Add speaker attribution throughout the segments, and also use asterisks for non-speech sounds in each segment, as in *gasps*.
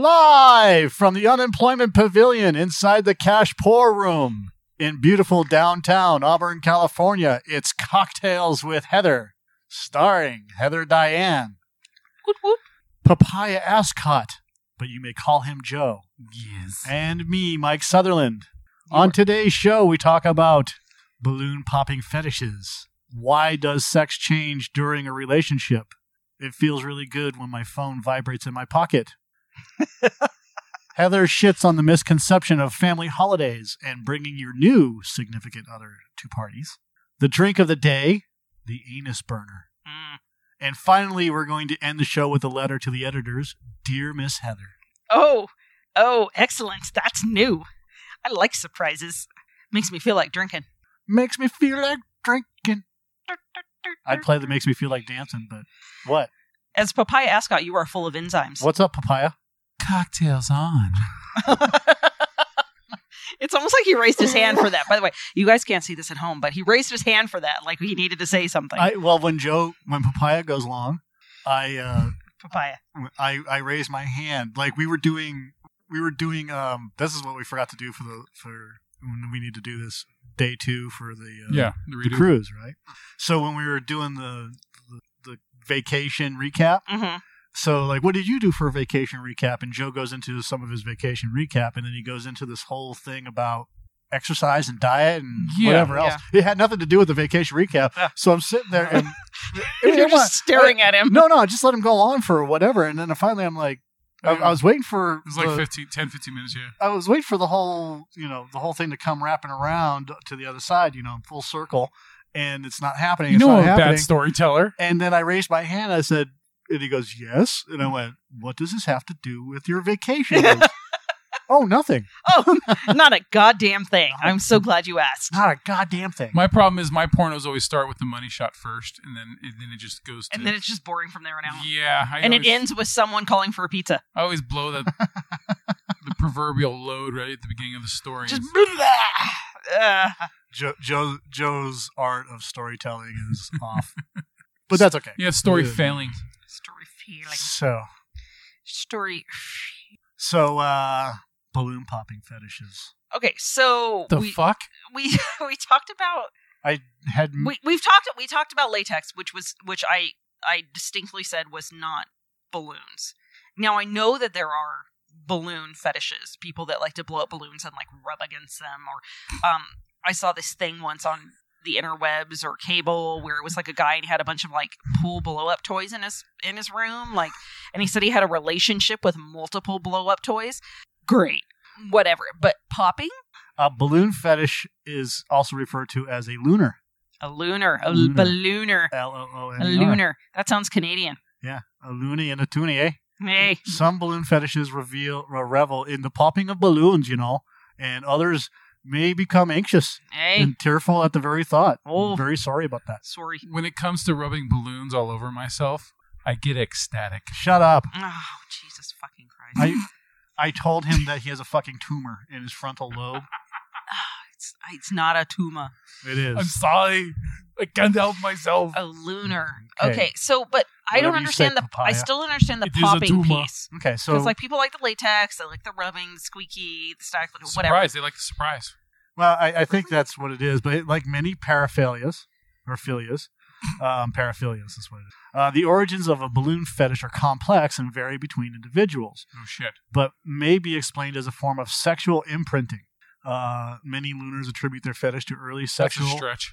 Speaker 1: Live from the Unemployment Pavilion inside the Cash Poor Room in beautiful downtown Auburn, California, it's Cocktails with Heather, starring Heather Diane,
Speaker 2: Whoop, whoop.
Speaker 1: Papaya Ascot, but you may call him Joe,
Speaker 2: Yes.
Speaker 1: and me, Mike Sutherland.
Speaker 2: You
Speaker 1: On
Speaker 2: are-
Speaker 1: today's show, we talk about balloon popping fetishes. Why does sex change during a relationship? It feels really good when my phone vibrates in my pocket. Heather shits on the misconception of family holidays and bringing your new significant other to parties. The drink of the day, the anus burner.
Speaker 2: Mm.
Speaker 1: And finally, we're going to end the show with a letter to the editors Dear Miss Heather.
Speaker 2: Oh, oh, excellent. That's new. I like surprises. Makes me feel like drinking.
Speaker 1: Makes me feel like drinking. I'd play that makes me feel like dancing, but what?
Speaker 2: As papaya ascot, you are full of enzymes.
Speaker 1: What's up, papaya?
Speaker 3: Cocktails on.
Speaker 2: *laughs* It's almost like he raised his hand for that. By the way, you guys can't see this at home, but he raised his hand for that, like he needed to say something.
Speaker 1: I well, when Joe, when papaya goes long, I uh,
Speaker 2: papaya.
Speaker 1: I I raise my hand like we were doing. We were doing. Um, this is what we forgot to do for the for when we need to do this day two for the uh,
Speaker 3: Yeah.
Speaker 1: the cruise, right? So when we were doing the the, the vacation recap.
Speaker 2: hmm
Speaker 1: So, like, what did you do for a vacation recap? And Joe goes into some of his vacation recap, and then he goes into this whole thing about exercise and diet and
Speaker 3: Yeah.
Speaker 1: whatever else. It had nothing to do with the vacation recap.
Speaker 2: Yeah.
Speaker 1: So I'm sitting there
Speaker 3: *laughs*
Speaker 1: and
Speaker 2: You're just staring at
Speaker 1: *laughs*
Speaker 2: him.
Speaker 1: no, no, I just let him go on for whatever, and then finally I'm like, I, I was waiting for
Speaker 3: It was like
Speaker 1: the-
Speaker 3: 15, 10, 15 minutes, yeah.
Speaker 1: I was waiting for the whole, you know, the whole thing to come wrapping around to the other side, you know, in full circle, and it's not happening.
Speaker 3: You
Speaker 1: it's
Speaker 3: know
Speaker 1: not
Speaker 3: I'm a
Speaker 1: happening.
Speaker 3: bad storyteller.
Speaker 1: And then I raised my hand. I said, and he goes, yes. And I went, what does this have to do with your vacation? He goes, oh, nothing.
Speaker 2: Oh, not a goddamn thing. I'm so glad you asked.
Speaker 1: Not a goddamn thing.
Speaker 3: My problem is my pornos always start with the money shot first, and then and then it just goes. To,
Speaker 2: And then it's just boring from there on out.
Speaker 3: yeah, I
Speaker 2: And it
Speaker 3: always,
Speaker 2: ends with someone calling for a pizza.
Speaker 3: I always blow the
Speaker 1: *laughs*
Speaker 3: the proverbial load right at the beginning of the story.
Speaker 2: Just
Speaker 3: It's-
Speaker 2: *laughs* uh,
Speaker 1: Jo- Joe, Joe's art of storytelling
Speaker 3: *laughs*
Speaker 1: is off, but that's okay.
Speaker 3: yeah, story
Speaker 1: Yeah.
Speaker 3: failing.
Speaker 2: story feeling.
Speaker 1: So,
Speaker 2: Story.
Speaker 1: so, uh, balloon popping fetishes.
Speaker 2: Okay, so
Speaker 3: The
Speaker 2: we,
Speaker 3: fuck?
Speaker 2: we *laughs* we talked about
Speaker 1: I had,
Speaker 2: we we've talked we talked about latex, which was which I I distinctly said was not balloons. Now I know that there are balloon fetishes, people that like to blow up balloons and like rub against them. Or um, I saw this thing once on the interwebs or cable where it was like a guy and he had a bunch of like pool blow up toys in his in his room, like, and he said he had a relationship with multiple blow up toys. Great, whatever, but popping.
Speaker 1: a balloon fetish is also referred to as a lunar.
Speaker 2: A lunar, a
Speaker 1: Lunar.
Speaker 2: ballooner,
Speaker 1: L O O N.
Speaker 2: a
Speaker 1: E R.
Speaker 2: lunar. That sounds Canadian.
Speaker 1: Yeah. A loony and a toonie, eh?
Speaker 2: Hey,
Speaker 1: Some balloon fetishes reveal or revel in the popping of balloons, you know, and others may become anxious
Speaker 2: hey,
Speaker 1: and tearful at the very thought.
Speaker 2: Oh.
Speaker 1: I'm very sorry about that.
Speaker 2: sorry.
Speaker 3: When it comes to rubbing balloons all over myself, I get ecstatic.
Speaker 1: Shut
Speaker 2: *laughs*
Speaker 1: up.
Speaker 2: Oh, Jesus fucking Christ.
Speaker 1: I I told him that he has a fucking tumor in his frontal lobe.
Speaker 2: it's, it's not a tumor,
Speaker 1: It
Speaker 3: I'm
Speaker 1: is.
Speaker 3: sorry, I can't help myself.
Speaker 2: a lunar.
Speaker 1: Okay.
Speaker 2: Okay, so, but I don't
Speaker 1: Whatever you say,
Speaker 2: understand the,
Speaker 1: papaya.
Speaker 2: I still don't understand the
Speaker 3: It is a
Speaker 2: popping
Speaker 3: tumor.
Speaker 2: piece.
Speaker 1: Okay, so
Speaker 2: Because, like, people like the latex, they like the rubbing, the squeaky, the static, whatever.
Speaker 3: Surprise! They like the surprise.
Speaker 1: well, I, I think that's what it is. But it, like many paraphilias or
Speaker 2: *laughs*
Speaker 1: philias, um, paraphilias is what it is. Uh, the origins of a balloon fetish are complex and vary between individuals.
Speaker 3: Oh shit!
Speaker 1: but may be explained as a form of sexual imprinting. Uh, many lunars attribute their fetish to early
Speaker 3: That's a
Speaker 1: sexual
Speaker 3: stretch.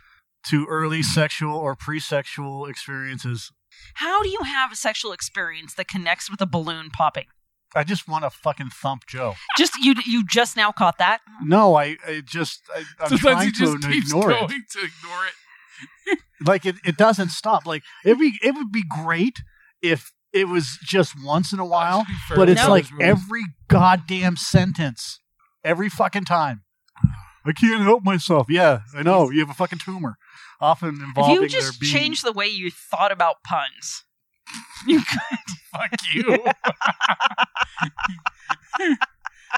Speaker 1: to early sexual or pre-sexual experiences.
Speaker 2: How do you have a sexual experience that connects with a balloon popping?
Speaker 1: I just want to fucking thump Joe.
Speaker 2: Just you, you just now caught that.
Speaker 1: No, I, I just I, I'm
Speaker 3: Sometimes
Speaker 1: trying
Speaker 3: he just
Speaker 1: to
Speaker 3: keeps
Speaker 1: ignore
Speaker 3: going
Speaker 1: it.
Speaker 3: to ignore it.
Speaker 1: Like it, it doesn't stop. Like it be it would be great if it was just once in a
Speaker 3: *laughs*
Speaker 1: while, but it's
Speaker 2: No.
Speaker 1: like every goddamn sentence, every fucking time. I can't help myself. Yeah, I know you have a fucking tumor, often
Speaker 2: If
Speaker 1: involving
Speaker 2: you just
Speaker 1: there being *laughs*
Speaker 2: change the way you thought about puns, *laughs* you could.
Speaker 3: fuck you.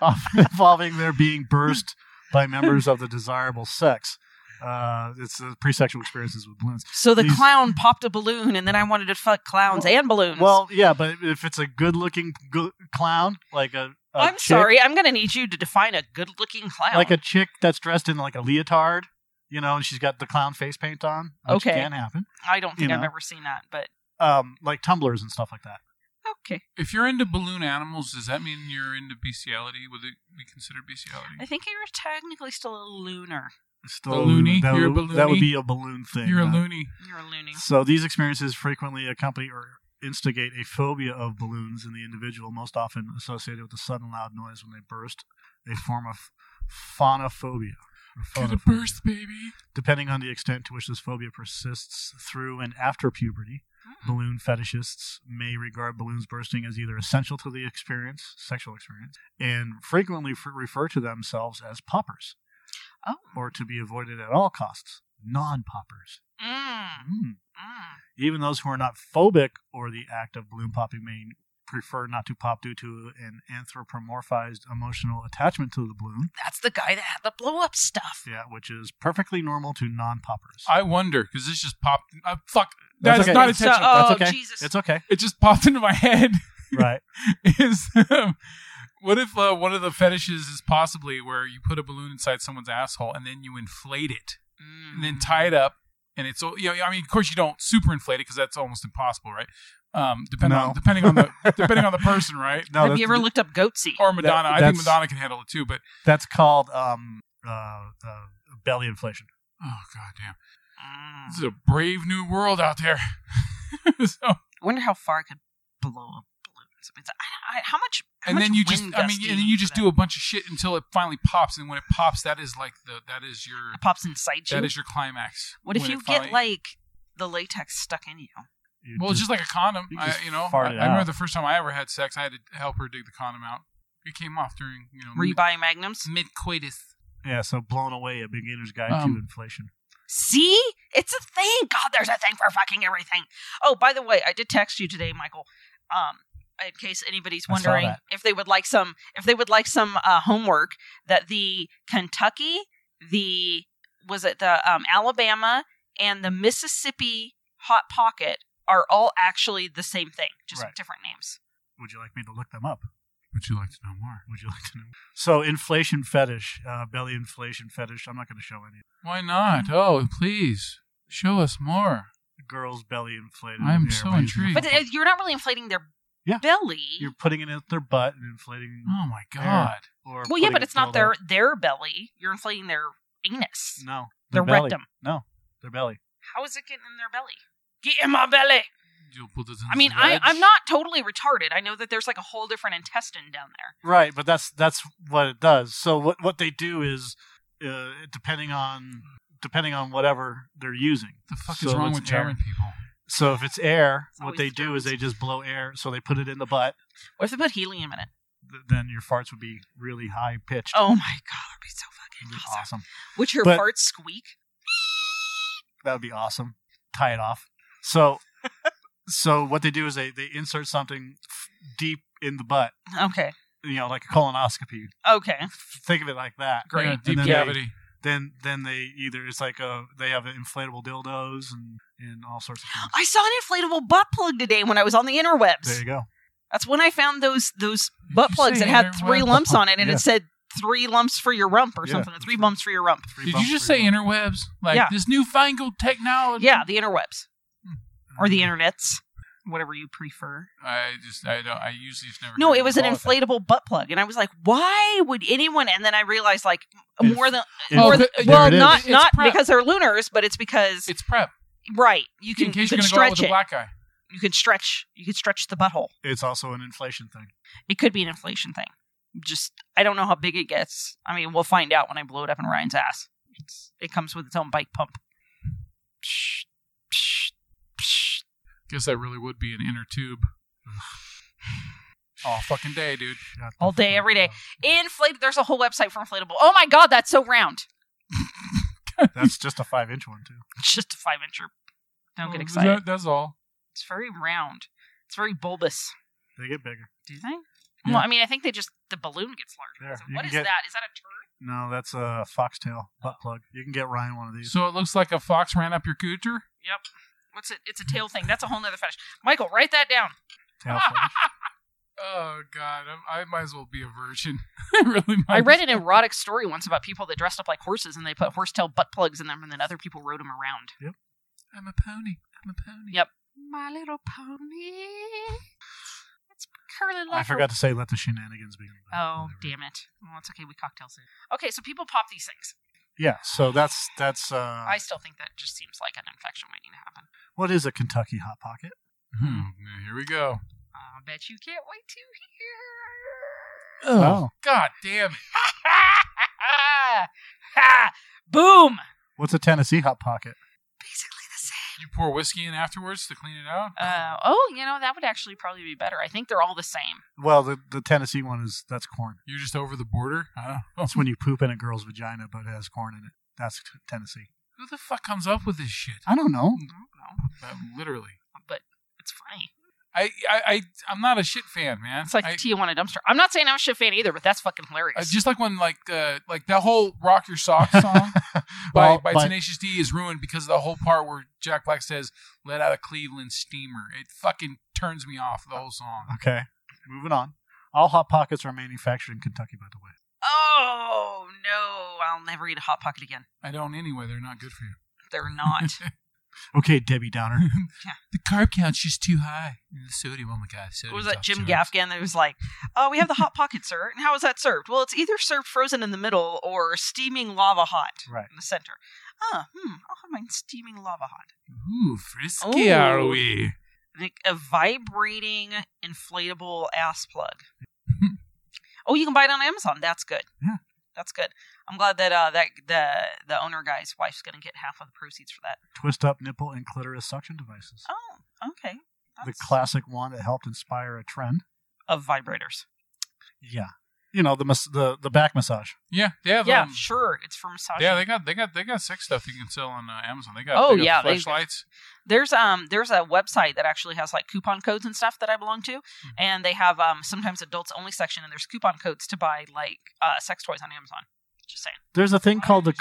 Speaker 1: often involving their being burst by members of the desirable sex. Uh, it's the pre-sexual experiences with balloons.
Speaker 2: So the
Speaker 1: These-
Speaker 2: clown popped a balloon, and then I wanted to fuck clowns and balloons.
Speaker 1: Well, yeah, but if it's a good-looking go- clown, like a, a
Speaker 2: I'm
Speaker 1: chick-
Speaker 2: sorry. I'm going to need you to define a good-looking clown.
Speaker 1: like a chick that's dressed in like a leotard, you know, and she's got the clown face paint on, which
Speaker 2: Okay.
Speaker 1: can happen.
Speaker 2: I don't think
Speaker 1: you
Speaker 2: I've
Speaker 1: know.
Speaker 2: ever seen that, but
Speaker 1: Um, like tumblers and stuff like that.
Speaker 2: okay.
Speaker 3: If you're into balloon animals, does that mean you're into bestiality? Would it be considered
Speaker 2: I
Speaker 3: bestiality?
Speaker 2: think you're technically still a lunar.
Speaker 1: Still,
Speaker 3: loony?
Speaker 1: That,
Speaker 3: You're a
Speaker 1: would- that would
Speaker 3: balloony?
Speaker 1: be a balloon thing.
Speaker 3: You're a
Speaker 1: yeah.
Speaker 3: loony.
Speaker 2: You're a looning.
Speaker 1: So these experiences frequently accompany or instigate a phobia of balloons in the individual, most often associated with the sudden loud noise when they burst, a form of phonophobia. or
Speaker 3: To the
Speaker 1: phonophobia,
Speaker 3: burst, baby.
Speaker 1: Depending on the extent to which this phobia persists through and after puberty,
Speaker 3: Hmm.
Speaker 1: balloon fetishists may regard balloons bursting as either essential to the experience, sexual experience, and frequently f- refer to themselves as poppers,
Speaker 2: Oh.
Speaker 1: or to be avoided at all costs, non-poppers.
Speaker 2: Mm,
Speaker 1: Mm.
Speaker 2: mm.
Speaker 1: Even those who are not phobic or the act of balloon popping may prefer not to pop due to an anthropomorphized emotional attachment to the balloon,
Speaker 2: That's the guy that had the blow up stuff.
Speaker 1: yeah, which is perfectly normal to non poppers.
Speaker 3: I wonder because this just popped. Uh, fuck,
Speaker 1: That's
Speaker 3: that's
Speaker 1: okay.
Speaker 3: not
Speaker 2: So-
Speaker 3: intentional.
Speaker 2: oh
Speaker 1: That's okay.
Speaker 2: Jesus!
Speaker 1: It's
Speaker 3: *laughs*
Speaker 1: okay,
Speaker 3: it just popped into my head. *laughs*
Speaker 1: right?
Speaker 3: Is um, what if uh, one of the fetishes is possibly where you put a balloon inside someone's asshole and then you inflate it
Speaker 2: Mm.
Speaker 3: and then tie it up and it's all- you know I mean of course you don't super inflate it because that's almost impossible right um depending
Speaker 1: No.
Speaker 3: on depending on the
Speaker 1: *laughs*
Speaker 3: depending on the person right
Speaker 1: No,
Speaker 2: Have you ever looked up goatsy?
Speaker 3: or Madonna I
Speaker 1: that's-
Speaker 3: think Madonna can handle it too but
Speaker 1: that's called um, uh, uh, belly inflation.
Speaker 3: oh god damn
Speaker 2: Mm.
Speaker 3: this is a brave new world out there *laughs* so
Speaker 2: I wonder how far I could blow up balloons. I mean, it's- I, I, how much? How
Speaker 3: and
Speaker 2: much
Speaker 3: then you
Speaker 2: wind
Speaker 3: just I mean
Speaker 2: gusty
Speaker 3: and then you just do a bunch of shit until it finally pops and when it pops that is like the that is your
Speaker 2: It pops inside you.
Speaker 3: that is your climax
Speaker 2: what if
Speaker 3: When
Speaker 2: you
Speaker 3: it
Speaker 2: get
Speaker 3: finally-
Speaker 2: like the latex stuck in you?
Speaker 1: You
Speaker 3: well it's just like a condom
Speaker 1: you
Speaker 3: I,
Speaker 1: just
Speaker 3: you know I, I
Speaker 1: fart it
Speaker 3: remember
Speaker 1: out.
Speaker 3: the first time I ever had sex I had to help her dig the condom out it came off during you know
Speaker 2: Were you buying magnums?
Speaker 3: mid coitus
Speaker 1: yeah, so blown away a beginner's guide
Speaker 3: Um,
Speaker 1: to inflation.
Speaker 2: See, it's a thing. God, there's a thing for fucking everything. Oh, by the way, I did text you today, Michael. Um, in case anybody's
Speaker 1: I saw
Speaker 2: wondering
Speaker 1: that.
Speaker 2: if they would like some, if they would like some uh, homework, that the Kentucky, the was it the um, Alabama and the Mississippi hot pocket are all actually the same thing, just
Speaker 1: Right.
Speaker 2: different names.
Speaker 1: Would you like me to look them up?
Speaker 3: would you like to know more
Speaker 1: Would you like to know? So inflation fetish, uh, belly inflation fetish. I'm not going to show any.
Speaker 3: Why not? Oh, please show us more.
Speaker 1: Girls belly inflated.
Speaker 3: I'm
Speaker 1: with air
Speaker 3: so
Speaker 1: by using a
Speaker 3: intrigued.
Speaker 2: But uh, you're not really inflating their
Speaker 1: Yeah.
Speaker 2: belly.
Speaker 1: you're putting it in their butt and inflating.
Speaker 3: Oh my god!
Speaker 1: Or
Speaker 2: well, yeah,
Speaker 1: putting
Speaker 2: but
Speaker 1: a
Speaker 2: it's not
Speaker 1: dildo-
Speaker 2: their their belly. You're inflating their anus,
Speaker 1: no
Speaker 2: their
Speaker 1: belly.
Speaker 2: rectum.
Speaker 1: No, their belly.
Speaker 2: How is it getting in their belly? Get in my belly.
Speaker 3: You'll put this in
Speaker 2: I mean,
Speaker 3: the
Speaker 2: I,
Speaker 3: veg.
Speaker 2: I'm not totally retarded. I know that there's like a whole different intestine down there.
Speaker 1: Right, but that's that's what it does. So what what they do is uh, depending on depending on whatever they're using.
Speaker 3: The fuck
Speaker 1: So
Speaker 3: is wrong
Speaker 1: it's
Speaker 3: with
Speaker 1: air.
Speaker 3: German people?
Speaker 1: So if it's air,
Speaker 2: It's
Speaker 1: what
Speaker 2: always
Speaker 1: they do is
Speaker 2: germs.
Speaker 1: they just blow air. So they put it in the butt.
Speaker 2: What if they put helium in it?
Speaker 1: th- Then your farts would be really high pitched.
Speaker 2: Oh my god, that'd be so fucking awesome.
Speaker 1: awesome.
Speaker 2: Would your
Speaker 1: But-
Speaker 2: farts squeak?
Speaker 1: That would be awesome. Tie it off. So, so what they do is they they insert something f- deep in the butt.
Speaker 2: Okay,
Speaker 1: You know, like a colonoscopy.
Speaker 2: okay,
Speaker 1: Think of it like that.
Speaker 2: great.
Speaker 3: Yeah, deep
Speaker 1: then they-
Speaker 3: cavity.
Speaker 1: Then then they either it's like a they have inflatable dildos and and all sorts of things.
Speaker 2: I saw an inflatable butt plug today when I was on the
Speaker 1: There
Speaker 2: interwebs.
Speaker 1: you go.
Speaker 2: That's when I found those those butt
Speaker 3: you
Speaker 2: plugs
Speaker 3: say
Speaker 2: that had
Speaker 3: interweb?
Speaker 2: three lumps on it, and
Speaker 1: Yeah.
Speaker 2: it said three lumps for your rump or
Speaker 1: Yeah.
Speaker 2: something. or Three bumps for your rump.
Speaker 1: Three
Speaker 3: Did
Speaker 1: bumps
Speaker 3: you just
Speaker 1: for
Speaker 3: say
Speaker 1: your-
Speaker 3: interwebs? Like
Speaker 2: Yeah.
Speaker 3: this newfangled technology?
Speaker 2: Yeah, the interwebs or the internets, whatever you prefer.
Speaker 3: I just I don't I usually just never.
Speaker 2: No,
Speaker 3: hear
Speaker 2: it was an
Speaker 3: them call that.
Speaker 2: inflatable butt plug, and I was like, "Why would anyone?" And then I realized, like,
Speaker 1: Inf-
Speaker 2: more than
Speaker 1: It-
Speaker 3: Oh,
Speaker 2: more
Speaker 3: th-
Speaker 2: than,
Speaker 3: there
Speaker 2: well,
Speaker 1: it is.
Speaker 2: not
Speaker 3: It's
Speaker 2: not
Speaker 3: prep.
Speaker 2: because they're lunars, but it's because
Speaker 3: It's prep.
Speaker 2: right. You can,
Speaker 3: In case
Speaker 2: you
Speaker 3: you're
Speaker 2: can
Speaker 3: gonna go out with
Speaker 2: stretch
Speaker 3: a
Speaker 2: it.
Speaker 3: black guy.
Speaker 2: You can stretch. You can stretch the butthole.
Speaker 1: It's also an inflation thing.
Speaker 2: It could be an inflation thing. Just I don't know how big it gets. I mean, we'll find out when I blow it up in Ryan's ass. It's, it comes with its own bike pump. Psh, psh, psh.
Speaker 3: Guess that really would be an inner tube. All fucking day, dude.
Speaker 1: Shut the
Speaker 2: All day,
Speaker 1: fuck
Speaker 2: every day.
Speaker 1: up.
Speaker 2: *laughs* Inflate. There's a whole website for inflatable. Oh my god, that's so round. *laughs*
Speaker 1: That's just a five inch one too.
Speaker 2: It's just a five incher. Don't get
Speaker 3: Well,
Speaker 2: excited.
Speaker 3: Oh, that- that's all.
Speaker 2: It's very round. It's very bulbous.
Speaker 1: They get bigger.
Speaker 2: Do you think?
Speaker 3: Yeah.
Speaker 2: Well, I mean, I think they just the balloon gets larger.
Speaker 1: Yeah,
Speaker 2: So
Speaker 1: you
Speaker 2: what
Speaker 1: can
Speaker 2: is
Speaker 1: get-
Speaker 2: that? Is that a turd?
Speaker 1: No, that's a foxtail butt plug. You can get Ryan one of these.
Speaker 3: So it looks like a fox ran up your cooter.
Speaker 2: Yep. What's it? It's a tail thing. That's a whole nother fetish. Michael, write that down. *laughs*
Speaker 1: Tail fetish.
Speaker 3: Oh God, I'm, I might as well be a virgin. *laughs* I really might.
Speaker 2: I
Speaker 1: *laughs*
Speaker 2: read an erotic story once about people that dressed up like horses and they put horsetail butt plugs in them, and then other people rode them around.
Speaker 3: I'm a pony. I'm a pony.
Speaker 2: Yep. My little pony. It's curly.
Speaker 1: I forgot to say let the shenanigans begin. but
Speaker 2: Oh,
Speaker 1: whatever.
Speaker 2: damn it. Well, it's okay. We cocktail soon. Okay, so people pop these things.
Speaker 1: Yeah, so that's that's uh
Speaker 2: I still think that just seems like an infection waiting to happen.
Speaker 1: what is a Kentucky hot pocket?
Speaker 3: Hmm, now here we go.
Speaker 2: I bet you can't wait to hear.
Speaker 1: Oh.
Speaker 3: God damn it.
Speaker 2: Ha! *laughs* Boom!
Speaker 1: What's a Tennessee hot pocket?
Speaker 2: Basically the same.
Speaker 3: You pour whiskey in afterwards to clean it out.
Speaker 2: Uh, oh, you know, that would actually probably be better. I think they're all the same.
Speaker 1: Well, the, the Tennessee one is that's corn.
Speaker 3: You're just over the border. I don't know.
Speaker 1: That's when you poop in a girl's vagina, but it has corn in it. That's t- Tennessee.
Speaker 3: Who the fuck comes up with this shit?
Speaker 1: I don't know.
Speaker 2: I don't know,
Speaker 3: Uh, literally.
Speaker 2: but it's funny.
Speaker 3: I, I, I, I'm not a shit fan, man.
Speaker 2: It's like
Speaker 3: I,
Speaker 2: Tijuana dumpster. I'm not saying I'm a shit fan either, but that's fucking hilarious.
Speaker 3: I just like when like uh, like that whole "Rock
Speaker 2: *laughs*
Speaker 3: Your
Speaker 1: *laughs*
Speaker 3: Socks" song by,
Speaker 1: Well,
Speaker 3: by
Speaker 1: but-
Speaker 3: Tenacious D is ruined because of the whole part where Jack Black says "Let out a Cleveland steamer." It fucking turns me off the whole song.
Speaker 1: Okay, moving on. All hot pockets are manufactured in Kentucky, by the way.
Speaker 2: oh no, I'll never eat a hot pocket again.
Speaker 3: I don't anyway. They're not good for you.
Speaker 2: They're not.
Speaker 3: *laughs*
Speaker 1: Okay, Debbie Downer. *laughs*
Speaker 3: The carb count's just too high. And The sodium, oh my god,
Speaker 2: What
Speaker 3: sodium.
Speaker 2: was that Jim Gaffigan that was like, "Oh, we have the hot pocket, sir." And how is that served? Well, it's either served frozen in the middle or steaming lava hot
Speaker 1: right.
Speaker 2: in the center. Ah, hmm, I'll have mine steaming lava hot.
Speaker 3: Ooh, frisky are
Speaker 2: Ooh.
Speaker 3: we?
Speaker 2: Like a vibrating inflatable ass
Speaker 3: *laughs*
Speaker 2: plug. oh, you can buy it on Amazon. That's good.
Speaker 1: Yeah.
Speaker 2: That's good. I'm glad that uh, that the the owner guy's wife's gonna get half of the proceeds for that.
Speaker 1: Twist up nipple and clitoris suction devices.
Speaker 2: Oh, okay.
Speaker 1: the
Speaker 2: That's
Speaker 1: classic one that helped inspire a trend.
Speaker 2: of vibrators.
Speaker 1: Yeah. You know, the mas- the, the back massage.
Speaker 3: Yeah, they have.
Speaker 2: Yeah,
Speaker 3: um,
Speaker 2: sure. It's for massage.
Speaker 3: yeah, they got they got they got sex stuff you can sell on uh, Amazon. They got
Speaker 2: Oh,
Speaker 3: they got
Speaker 2: yeah, they-
Speaker 3: flashlights.
Speaker 2: there's um there's a website that actually has like coupon codes and stuff that I belong to,
Speaker 3: Mm-hmm.
Speaker 2: and they have um sometimes adults only section and there's coupon codes to buy like uh, sex toys on Amazon. Just saying.
Speaker 1: There's a thing called the.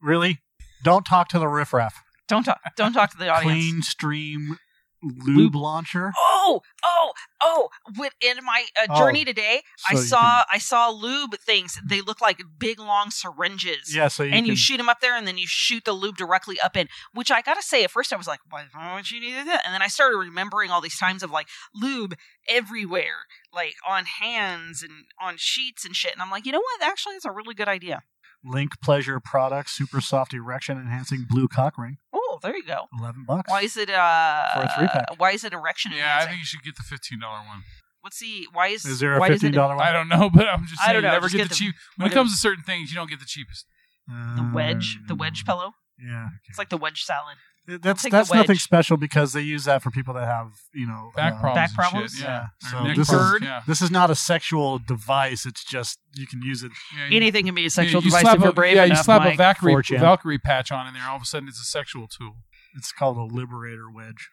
Speaker 1: Really? Don't talk to the riffraff.
Speaker 2: Don't talk. Don't talk to the audience.
Speaker 1: Clean stream lube,
Speaker 2: Lube.
Speaker 1: launcher.
Speaker 2: Oh, oh, oh! With in my uh,
Speaker 1: Oh,
Speaker 2: journey today, I
Speaker 1: so you
Speaker 2: saw I saw lube things. They look like big long syringes.
Speaker 1: Yeah, so you
Speaker 2: and
Speaker 1: can.
Speaker 2: you shoot them up there, and then you shoot the lube directly up in. Which I gotta say, at first I was like, "Why why would you do that?" And then I started remembering all these times of like lube everywhere, like on hands and on sheets and shit. And I'm like, you know what? Actually, it's a really good idea.
Speaker 1: Link Pleasure products, super soft erection enhancing blue cock ring.
Speaker 2: Oh, there you go.
Speaker 1: 11 bucks.
Speaker 2: Why is it uh?
Speaker 1: For a three-pack.
Speaker 2: Why is it erection? *laughs*
Speaker 3: Yeah, I
Speaker 2: enhancing?
Speaker 3: think you should get the fifteen dollar one.
Speaker 2: Let's see. Why is
Speaker 1: is there a
Speaker 2: why does
Speaker 1: $15
Speaker 2: it-
Speaker 1: one?
Speaker 3: I don't know, *laughs* but I'm just
Speaker 2: I
Speaker 3: saying.
Speaker 2: don't know,
Speaker 3: you never
Speaker 2: just
Speaker 3: get,
Speaker 2: get
Speaker 3: the
Speaker 2: the-
Speaker 3: cheap. When it
Speaker 2: whatever.
Speaker 3: comes to certain things, you don't get the cheapest.
Speaker 2: the wedge? The
Speaker 3: Mm.
Speaker 2: wedge
Speaker 1: pellet.
Speaker 2: pillow.
Speaker 1: Uh, Yeah.
Speaker 2: It's like the wedge salad.
Speaker 1: that's
Speaker 2: take the
Speaker 1: that's nothing
Speaker 2: wedge.
Speaker 1: special because they use that for people that have, you know,
Speaker 3: Back
Speaker 1: uh,
Speaker 3: problems.
Speaker 2: Back
Speaker 3: and
Speaker 2: problems?
Speaker 3: Shit, yeah.
Speaker 1: Yeah.
Speaker 3: Or
Speaker 1: So
Speaker 3: neck
Speaker 1: this
Speaker 3: problems,
Speaker 2: Bird?
Speaker 3: Yeah.
Speaker 1: This is not a sexual device. It's just you can use it.
Speaker 3: yeah you-
Speaker 2: Anything can be a sexual
Speaker 3: yeah, you
Speaker 2: device
Speaker 3: slap
Speaker 2: if you're
Speaker 3: a-
Speaker 2: brave
Speaker 3: Yeah,
Speaker 2: enough.
Speaker 3: you slap
Speaker 2: Mike.
Speaker 3: a Valkyrie,
Speaker 1: 4chan.
Speaker 3: Valkyrie patch on in there. All of a sudden, it's a sexual tool.
Speaker 1: It's called a liberator wedge.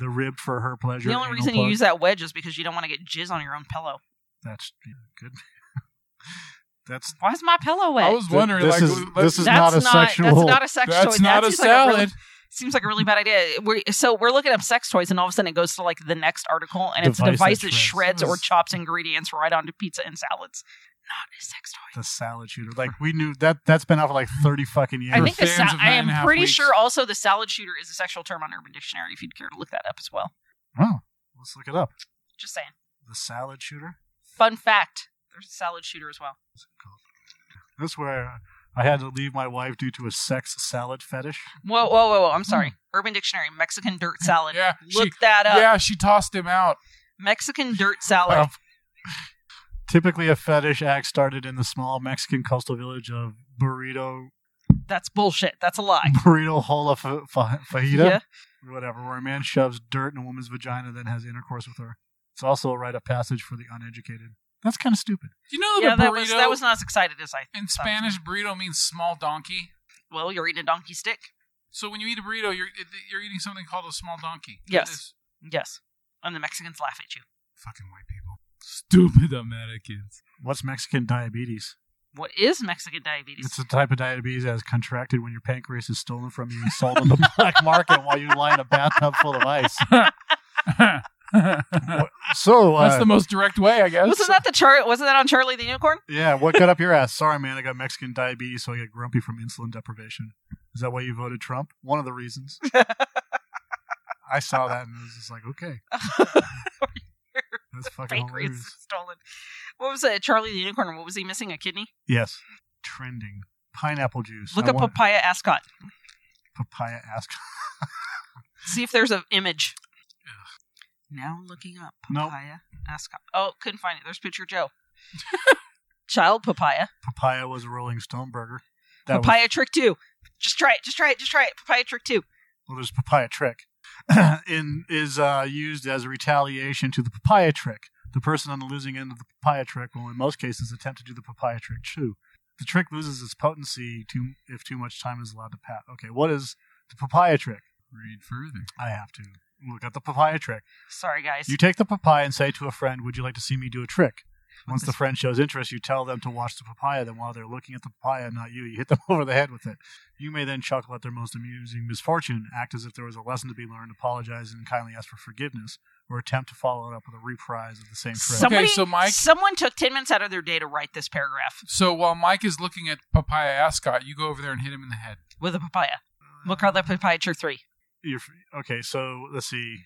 Speaker 1: The rib for her pleasure.
Speaker 2: The only
Speaker 1: anal
Speaker 2: reason you
Speaker 1: plug.
Speaker 2: use that wedge is because you don't want to get jizz on your own pillow.
Speaker 1: that's yeah, good. *laughs* that's
Speaker 2: Why is my pillow wet?
Speaker 3: I was wondering,
Speaker 1: this
Speaker 3: like,
Speaker 1: is
Speaker 3: like,
Speaker 1: this is
Speaker 2: that's
Speaker 1: not a sexual.
Speaker 2: That's not a sex toy.
Speaker 3: that's
Speaker 2: That
Speaker 3: not a
Speaker 2: seems like really-
Speaker 3: salad.
Speaker 2: seems like a really bad idea. We're, so we're looking up sex toys, and all of a sudden it goes to like the next article, and it's a
Speaker 1: Device
Speaker 2: device
Speaker 1: that
Speaker 2: that shreds or
Speaker 1: shreds.
Speaker 2: chops ingredients right onto pizza and salads. Not a sex toy.
Speaker 1: the salad shooter. Like we knew that that's been out for like thirty fucking years.
Speaker 2: I
Speaker 3: For
Speaker 2: think the
Speaker 3: fans
Speaker 2: sa-
Speaker 3: of
Speaker 2: I
Speaker 3: nine
Speaker 2: am
Speaker 3: and a half
Speaker 2: pretty
Speaker 3: weeks.
Speaker 2: sure also the salad shooter is a sexual term on Urban Dictionary. If you'd care to look that up as well,
Speaker 1: oh, let's look it up.
Speaker 2: just saying.
Speaker 1: The salad shooter.
Speaker 2: Fun fact: there's a salad shooter as well.
Speaker 1: What's it called? That's where I had to leave my wife due to a sex salad fetish.
Speaker 2: Whoa, whoa, whoa, whoa. I'm sorry. Urban Dictionary, Mexican dirt salad.
Speaker 3: Hmm. Yeah,
Speaker 2: Look
Speaker 3: she,
Speaker 2: that up.
Speaker 3: yeah, she tossed him out.
Speaker 2: Mexican dirt salad.
Speaker 1: Wow. Um, Typically, a fetish act started in the small Mexican coastal village of Burrito
Speaker 2: That's bullshit. That's a lie.
Speaker 1: Burrito Hola fa- fa- Fajita.
Speaker 2: Yeah.
Speaker 1: whatever, where a man shoves dirt in a woman's vagina, then has intercourse with her. It's also a rite of passage for the uneducated. That's kind of stupid.
Speaker 3: You know, the
Speaker 2: Yeah,
Speaker 3: burrito
Speaker 2: that was that was not as excited as I
Speaker 3: in
Speaker 2: thought.
Speaker 3: Spanish, burrito means small donkey.
Speaker 2: Well, you're eating a donkey stick.
Speaker 3: So when you eat a burrito, you're it- you're eating something called a small donkey.
Speaker 2: Yes.
Speaker 3: It is-
Speaker 2: Yes. And the Mexicans laugh at you.
Speaker 3: Fucking white people. Stupid Americans.
Speaker 1: What's Mexican diabetes?
Speaker 2: What is Mexican diabetes?
Speaker 1: It's a type of diabetes that is contracted when your pancreas is stolen from you and sold on the black market while you lie in a bathtub full of ice.
Speaker 3: That's
Speaker 1: So, uh,
Speaker 3: the most direct way, I guess.
Speaker 2: wasn't that the chart? Wasn't that on Charlie the Unicorn?
Speaker 1: yeah, what got up your ass? Sorry, man, I got Mexican diabetes, so I get grumpy from insulin deprivation. Is that why you voted Trump? One of the reasons. I saw that and I was just like, okay,
Speaker 2: *laughs*
Speaker 1: that's fucking
Speaker 2: Pancreas
Speaker 1: hilarious.
Speaker 2: is stolen. What was it? Charlie the Unicorn. What was he missing? A kidney?
Speaker 1: Yes, trending pineapple juice.
Speaker 2: Look
Speaker 1: I
Speaker 2: up
Speaker 1: want-
Speaker 2: papaya ascot.
Speaker 1: papaya ask.
Speaker 2: See if there's an image. Now looking up
Speaker 1: Nope.
Speaker 2: papaya ascot. Oh, couldn't find it. There's picture Joe.
Speaker 1: *laughs*
Speaker 2: Child papaya.
Speaker 1: *laughs* papaya was a Rolling Stone burger. That was-
Speaker 2: papaya trick two. Just try it. Just try it. Just try it. Papaya trick two.
Speaker 1: well, there's papaya trick, *clears throat* and is uh, used as a retaliation to the papaya trick. The person on the losing end of the papaya trick will, in most cases, attempt to do the papaya trick too. The trick loses its potency too if too much time is allowed to pass. Okay, what is the papaya trick?
Speaker 3: Read further.
Speaker 1: I have to look at the papaya trick.
Speaker 2: Sorry guys.
Speaker 1: You take the papaya and say to a friend, "Would you like to see me do a trick?" Once the friend shows interest, you tell them to watch the papaya. Then, while they're looking at the papaya, not you, you hit them *laughs* over the head with it. You may then chuckle at their most amusing misfortune, act as if there was a lesson to be learned, apologize, and kindly ask for forgiveness, or attempt to follow it up with a reprise of the same trick.
Speaker 2: Somebody,
Speaker 3: so Mike-
Speaker 2: someone took ten minutes out of their day to write this paragraph
Speaker 3: So while Mike is looking at papaya ascot, you go over there and hit him in the head.
Speaker 2: with a papaya. We'll call that papaya trick three.
Speaker 1: You're, f- okay, so let's see.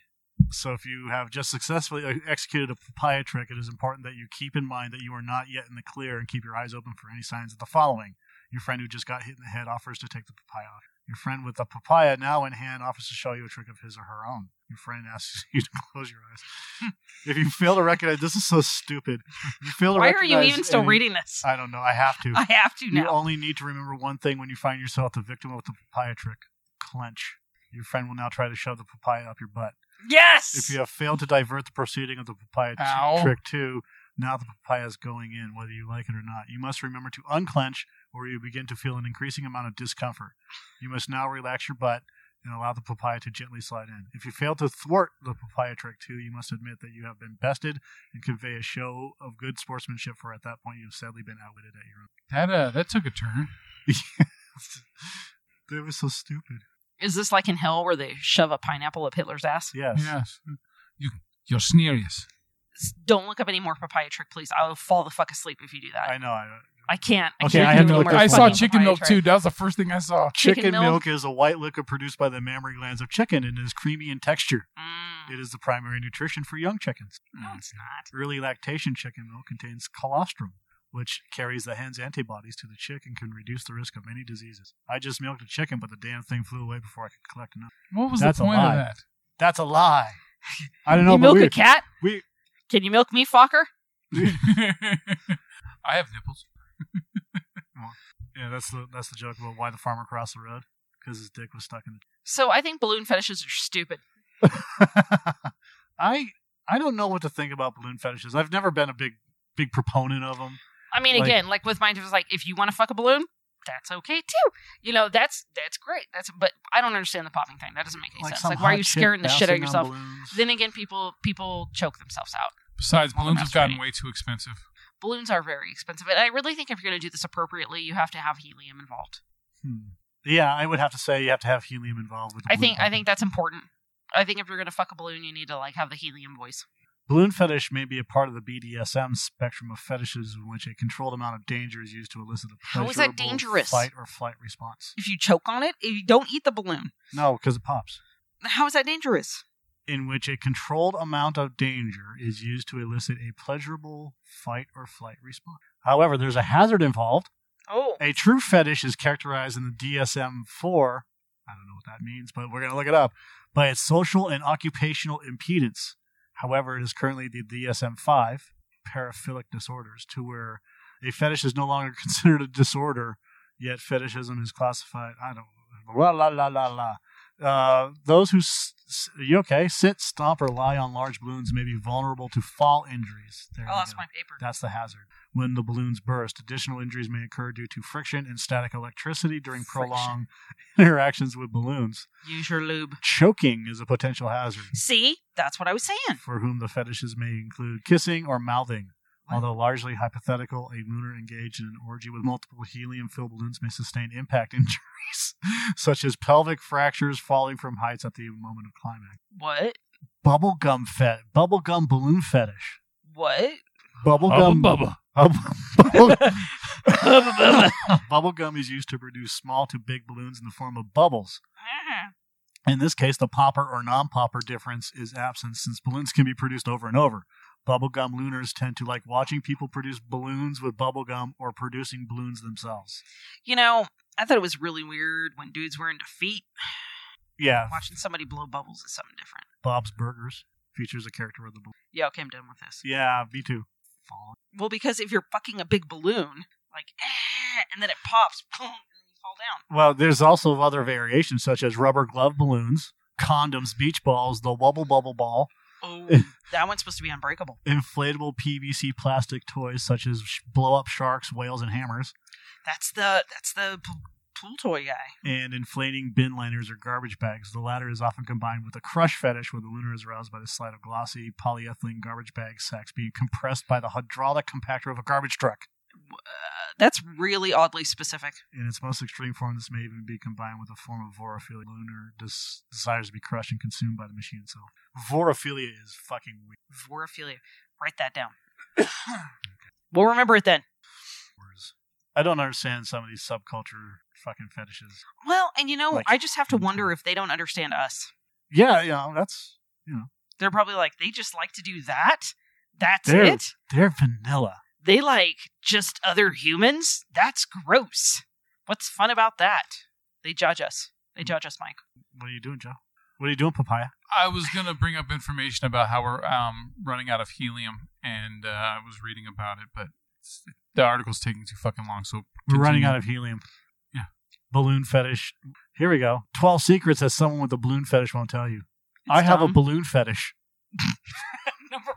Speaker 1: So, if you have just successfully uh, executed a papaya trick, it is important that you keep in mind that you are not yet in the clear and keep your eyes open for any signs of the following. Your friend who just got hit in the head offers to take the papaya off. Your friend with the papaya now in hand offers to show you a trick of his or her own. Your friend asks *laughs* you to close your eyes. if you fail to recognize, this is so stupid. If you fail to
Speaker 2: Hmm. Why are
Speaker 1: recognize
Speaker 2: you even still
Speaker 1: any-
Speaker 2: reading this?
Speaker 1: I don't know. I have to.
Speaker 2: I have to
Speaker 1: You
Speaker 2: now.
Speaker 1: only need to remember one thing when you find yourself the victim of the papaya trick clench. Your friend will now try to shove the papaya up your butt.
Speaker 2: yes.
Speaker 1: If you have failed to divert the proceeding of the papaya t-
Speaker 3: Ow.
Speaker 1: trick too, now the papaya is going in, whether you like it or not. You must remember to unclench, or you begin to feel an increasing amount of discomfort. You must now relax your butt and allow the papaya to gently slide in. If you fail to thwart the papaya trick too, you must admit that you have been bested and convey a show of good sportsmanship. For at that point, you have sadly been outwitted at your own.
Speaker 3: That uh, that took a turn.
Speaker 1: *laughs* they were so stupid.
Speaker 2: Is this like in hell where they shove a pineapple up Hitler's ass?
Speaker 1: Yes.
Speaker 3: Yes. You you're serious.
Speaker 2: S- Don't look up any more papaya trick, please. I'll fall the fuck asleep if you do that.
Speaker 1: I know. I,
Speaker 2: I, can't. I
Speaker 1: Okay,
Speaker 2: can't
Speaker 1: I had
Speaker 2: do
Speaker 1: to
Speaker 2: any
Speaker 1: look this
Speaker 2: more
Speaker 3: I
Speaker 1: up.
Speaker 3: saw
Speaker 2: fucking
Speaker 3: chicken
Speaker 2: papaya
Speaker 3: milk
Speaker 2: trick.
Speaker 3: too. That was the first thing I saw.
Speaker 2: Chicken
Speaker 1: chicken
Speaker 2: milk?
Speaker 1: milk is a white liquid produced by the mammary glands of chicken and is creamy in texture.
Speaker 2: Mm,
Speaker 1: It is the primary nutrition for young chickens.
Speaker 2: no,
Speaker 3: Mm.
Speaker 2: it's not.
Speaker 1: Early lactation chicken milk contains colostrum, which carries the hen's antibodies to the chick and can reduce the risk of many diseases. I just milked a chicken, but the damn thing flew away before I could collect enough.
Speaker 3: What was
Speaker 1: That's
Speaker 3: the
Speaker 1: a
Speaker 3: point of
Speaker 1: lie.
Speaker 3: that?
Speaker 1: That's a
Speaker 3: *laughs*
Speaker 1: lie. I don't know,
Speaker 2: you
Speaker 1: but
Speaker 2: milk
Speaker 1: we,
Speaker 2: a cat?
Speaker 1: we
Speaker 2: Can you milk me, Fokker?
Speaker 3: *laughs* I have nipples.
Speaker 1: yeah, that's the that's the joke about why the farmer crossed the road because his dick was stuck in the
Speaker 2: So I think balloon fetishes are stupid.
Speaker 1: *laughs* I I don't know what to think about balloon fetishes. I've never been a big big proponent of them.
Speaker 2: I mean,
Speaker 1: Like-
Speaker 2: again, like with mine, it was like if you want to fuck a balloon, that's okay too. You know, that's that's great. That's but I don't understand the popping thing. That doesn't make any sense.
Speaker 1: some
Speaker 2: Like, why are
Speaker 1: hot
Speaker 2: you
Speaker 1: chick
Speaker 2: scaring the shit out of
Speaker 1: bouncing on
Speaker 2: yourself?
Speaker 1: balloons.
Speaker 2: Then again, people people choke themselves out.
Speaker 3: Besides,
Speaker 2: Well,
Speaker 3: balloons have
Speaker 2: masturbating.
Speaker 3: gotten way
Speaker 1: *laughs*
Speaker 2: *laughs*
Speaker 3: too expensive.
Speaker 2: Balloons are very expensive, and I really think if you're going to do this appropriately, you have to have helium involved.
Speaker 1: Hmm. Yeah, I would have to say you have to have helium involved with. The
Speaker 2: I
Speaker 1: balloon
Speaker 2: think I
Speaker 1: popping.
Speaker 2: think that's important. I think if you're going to fuck a balloon, you need to like have the helium voice.
Speaker 1: balloon fetish may be a part of the BDSM spectrum of fetishes in which a controlled amount of danger is used to elicit a
Speaker 2: How is that
Speaker 1: pleasurable
Speaker 2: dangerous?
Speaker 1: fight or flight response.
Speaker 2: If you choke on it, if you don't eat the balloon,
Speaker 1: No, because it pops.
Speaker 2: how is that dangerous?
Speaker 1: In which a controlled amount of danger is used to elicit a pleasurable fight or flight response. However, there's a hazard involved.
Speaker 2: Oh,
Speaker 1: A true fetish is characterized in the DSM 4. I don't know what that means, but we're going to look it up by its social and occupational impedance. However, it is currently the DSM 5 paraphilic disorders, to where a fetish is no longer *laughs* considered a disorder, yet fetishism is classified. I don't La la la la la. Uh, those who s- s- you okay sit, stomp, or lie on large balloons may be vulnerable to fall injuries. There
Speaker 2: I
Speaker 1: we
Speaker 2: lost
Speaker 1: go.
Speaker 2: Oh, my paper.
Speaker 1: That's the hazard. When the balloons burst, additional injuries may occur due to friction and static electricity during
Speaker 2: Friction.
Speaker 1: prolonged *laughs* interactions with balloons.
Speaker 2: Use your lube.
Speaker 1: Choking is a potential hazard,
Speaker 2: See, that's what I was saying.
Speaker 1: for whom the fetishes may include kissing or mouthing.
Speaker 2: What?
Speaker 1: Although largely hypothetical, a mooner engaged in an orgy with multiple helium filled balloons may sustain impact *laughs* injuries, such as pelvic fractures falling from heights at the moment of climax.
Speaker 2: What?
Speaker 1: Bubblegum fet bubblegum balloon fetish.
Speaker 2: What?
Speaker 1: Bubblegum *laughs*
Speaker 3: Hubba
Speaker 1: bubble,
Speaker 3: bubba. Hubba bubba.
Speaker 1: bubblegum is used to produce small to big balloons in the form of bubbles.
Speaker 2: Ah.
Speaker 1: In this case, the popper or non popper difference is absent since balloons can be produced over and over. Bubblegum lunars tend to like watching people produce balloons with bubblegum or producing balloons themselves.
Speaker 2: You know, I thought it was really weird when dudes were into feet.
Speaker 1: Yeah,
Speaker 2: Watching somebody blow bubbles is something different.
Speaker 1: Bob's Burgers features a character with a balloon.
Speaker 2: Yeah, okay, I'm done with this.
Speaker 1: Yeah, me too. Fall.
Speaker 2: Well, because if you're fucking a big balloon, like, ah, and then it pops, boom, and you fall down.
Speaker 1: Well, there's also other variations such as rubber glove balloons, condoms, beach balls, the wubble bubble ball,
Speaker 2: Oh, *laughs* that one's supposed to be unbreakable.
Speaker 1: inflatable PVC plastic toys such as sh- blow up sharks, whales, and hammers.
Speaker 2: That's the that's the pool, pool toy guy.
Speaker 1: and inflating bin liners or garbage bags. The latter is often combined with a crush fetish, where the lunar is aroused by the slide of glossy polyethylene garbage bag sacks being compressed by the hydraulic compactor of a garbage truck.
Speaker 2: Uh, that's really oddly specific.
Speaker 1: In its most extreme form, this may even be combined with a form of vorophilia. Lunar des- desires to be crushed and consumed by the machine itself. Vorophilia is fucking weird.
Speaker 2: Vorophilia. Write that down. we'll remember it then.
Speaker 1: Words. I don't understand some of these subculture fucking fetishes.
Speaker 2: Well, and you know,
Speaker 1: Like-
Speaker 2: I just have to wonder if they don't understand us.
Speaker 1: Yeah, you know, that's
Speaker 2: They're probably like, they just like to do that. That's
Speaker 1: They're-
Speaker 2: it.
Speaker 1: they're vanilla.
Speaker 2: They like just other humans. That's gross. What's fun about that? They judge us. They judge us, Mike.
Speaker 1: What are you doing, Joe? What are you doing, Papaya?
Speaker 3: I was gonna bring up information about how we're um, running out of helium, and uh, I was reading about it, but it's, the article's taking too fucking long. So
Speaker 1: We're running
Speaker 3: continue.
Speaker 1: out of helium.
Speaker 3: Yeah.
Speaker 1: Balloon fetish. Here we go. 12 secrets that someone with a balloon fetish won't tell you.
Speaker 2: It's
Speaker 1: I have a
Speaker 2: dumb. *laughs*
Speaker 1: balloon fetish.
Speaker 2: number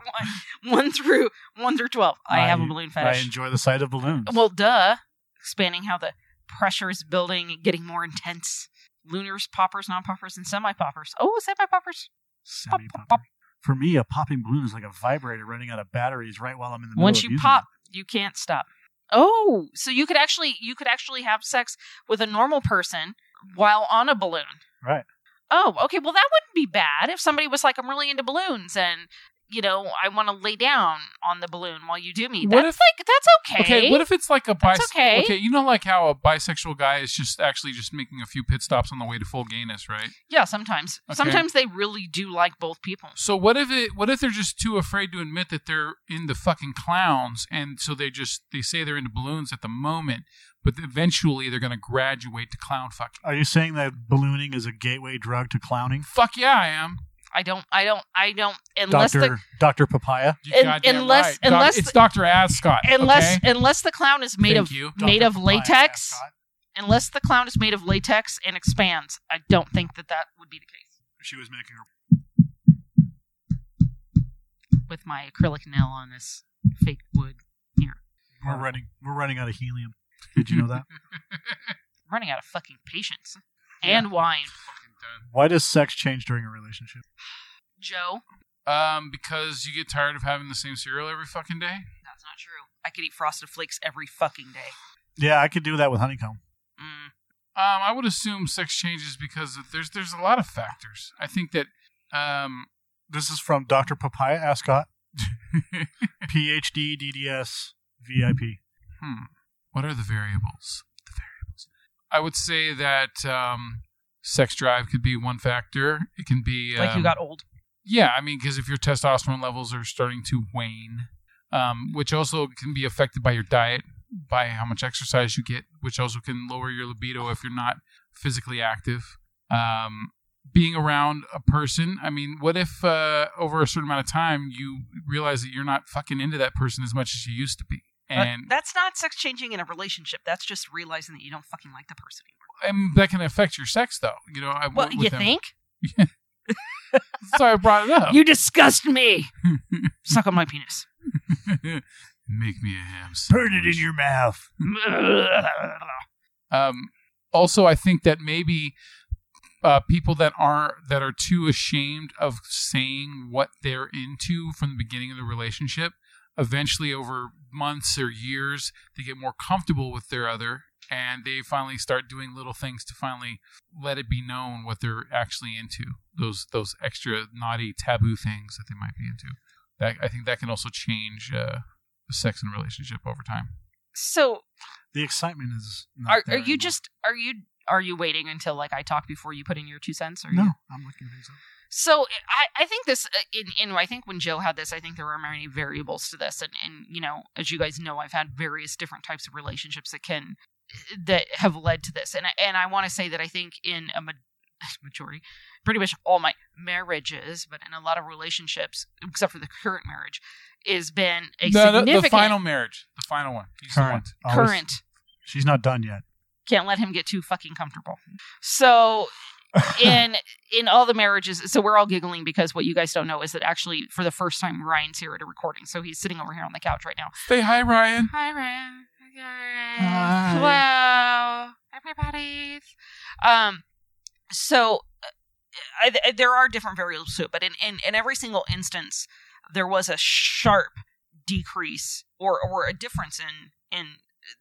Speaker 2: one, one through one through twelve. I, have a balloon
Speaker 1: I
Speaker 2: fetish.
Speaker 1: enjoy the sight of balloons.
Speaker 2: well, duh. Expanding how the pressure is building and getting more intense. Lunars, poppers, non poppers, and semi poppers. Oh, semi poppers.
Speaker 1: Semi
Speaker 2: pop, pop.
Speaker 1: popper. For me, a popping balloon is like a vibrator running out of batteries right while I'm in the middle
Speaker 2: Once
Speaker 1: of
Speaker 2: you
Speaker 1: using
Speaker 2: pop, you can't stop. Oh, so you could actually you could actually have sex with a normal person while on a balloon.
Speaker 1: Right.
Speaker 2: Oh, okay. Well, that wouldn't be bad if somebody was like, "I'm really into balloons," and you know, I want to lay down on the balloon while you do me.
Speaker 3: What
Speaker 2: that's
Speaker 3: if-
Speaker 2: like that's okay.
Speaker 3: Okay, what if it's like a
Speaker 2: That's
Speaker 3: bisexual?
Speaker 2: okay.
Speaker 3: you know, like how a bisexual guy is just actually just making a few pit stops on the way to full gayness, right?
Speaker 2: Yeah, sometimes.
Speaker 3: Okay.
Speaker 2: Sometimes they really do like both people.
Speaker 3: So what if it? What if they're just too afraid to admit that they're into fucking clowns, and so they just they say they're into balloons at the moment, but eventually they're gonna graduate to clown fucking.
Speaker 1: Are you saying that ballooning is a gateway drug to clowning?
Speaker 3: Fuck yeah, I am.
Speaker 2: I don't. I don't. I don't. Unless
Speaker 1: Dr. Dr. Papaya?
Speaker 3: You
Speaker 2: And-
Speaker 3: goddamn
Speaker 2: unless-
Speaker 3: right. Doc-
Speaker 2: unless-
Speaker 3: it's Dr. Ascot.
Speaker 2: the unless
Speaker 3: okay?
Speaker 2: unless the clown is made
Speaker 3: Thank
Speaker 2: of
Speaker 3: you.
Speaker 2: made
Speaker 1: Dr.
Speaker 2: of
Speaker 1: Papaya,
Speaker 2: latex.
Speaker 1: Ascot.
Speaker 2: Unless the clown is made of latex and expands, I don't think that that would be the case
Speaker 1: She was making her.
Speaker 2: with my acrylic nail on this fake wood.
Speaker 1: We're running. We're running out of helium. Did you know
Speaker 2: *laughs*
Speaker 1: that?
Speaker 2: I'm running out of fucking patience and wine,
Speaker 1: Why does sex change during a relationship?
Speaker 2: Joe.
Speaker 3: Um, because you get tired of having the same cereal every fucking day.
Speaker 2: That's not true. I could eat frosted flakes every fucking day.
Speaker 1: Yeah, I could do that with honeycomb.
Speaker 2: Mm.
Speaker 3: Um, I would assume sex changes because of- there's there's a lot of factors. I think that um,
Speaker 1: This is from Dr. Papaya Ascot. *laughs* PhD, DDS, VIP.
Speaker 3: hmm, what are the variables? The variables. I would say that um, sex drive could be one factor. It can be
Speaker 2: Like you
Speaker 3: um,
Speaker 2: got old.
Speaker 3: Yeah, I mean, because if your testosterone levels are starting to wane, um, which also can be affected by your diet, by how much exercise you get, which also can lower your libido if you're not physically active. Um, being around a person, I mean, what if uh, over a certain amount of time you realize that you're not fucking into that person as much as you used to be?
Speaker 1: Uh,
Speaker 2: But
Speaker 3: And
Speaker 2: that's not sex changing in a relationship. That's just realizing that you don't fucking like the person anymore.
Speaker 3: I mean, that can affect your sex, though. You know, I,
Speaker 2: Well,
Speaker 3: with
Speaker 2: you
Speaker 3: them. Oh.
Speaker 2: think?
Speaker 3: That's why I brought it
Speaker 1: *laughs*
Speaker 3: up.
Speaker 2: You disgust
Speaker 3: *laughs*
Speaker 2: me. Suck on my penis.
Speaker 3: Make me a ham.
Speaker 1: Burn it
Speaker 3: sandwich.
Speaker 1: in your mouth.
Speaker 3: Um, also, I think that maybe uh, people that are that are too ashamed of saying what they're into from the beginning of the relationship, eventually over months or years they get more comfortable with their other and they finally start doing little things to finally let it be known what they're actually into those those extra naughty taboo things that they might be into that i think that can also change uh, sex and relationship over time
Speaker 2: So
Speaker 1: The excitement is. Not
Speaker 2: are,
Speaker 1: there
Speaker 2: are you
Speaker 1: anymore.
Speaker 2: just are you are you waiting until like I talk before you put in your two cents? Or
Speaker 1: No,
Speaker 2: you-
Speaker 1: I'm looking things up.
Speaker 2: So I, I think this uh, in in I think when Joe had this, I think there were many variables to this, and and you know as you guys know, I've had various different types of relationships that can that have led to this, and I- and I want to say that I think in a ma- *laughs* majority, pretty much all my marriages, but in a lot of relationships, except for the current marriage, is been a
Speaker 3: No, no,
Speaker 2: significant
Speaker 3: the final marriage the final one He's the one.
Speaker 1: Current. Always-
Speaker 2: current.
Speaker 1: she's not done yet.
Speaker 2: Can't let him get too fucking comfortable. So *laughs* in in all the marriages so we're all giggling because what you guys don't know is that actually for the first time ryan's here at a recording so he's sitting over here on the couch right now
Speaker 3: say hi ryan
Speaker 2: hi ryan Hi,
Speaker 1: Hi.
Speaker 2: Ryan. hello everybody um so uh, I, I, there are different variables to it but in, in in every single instance there was a sharp decrease or or a difference in in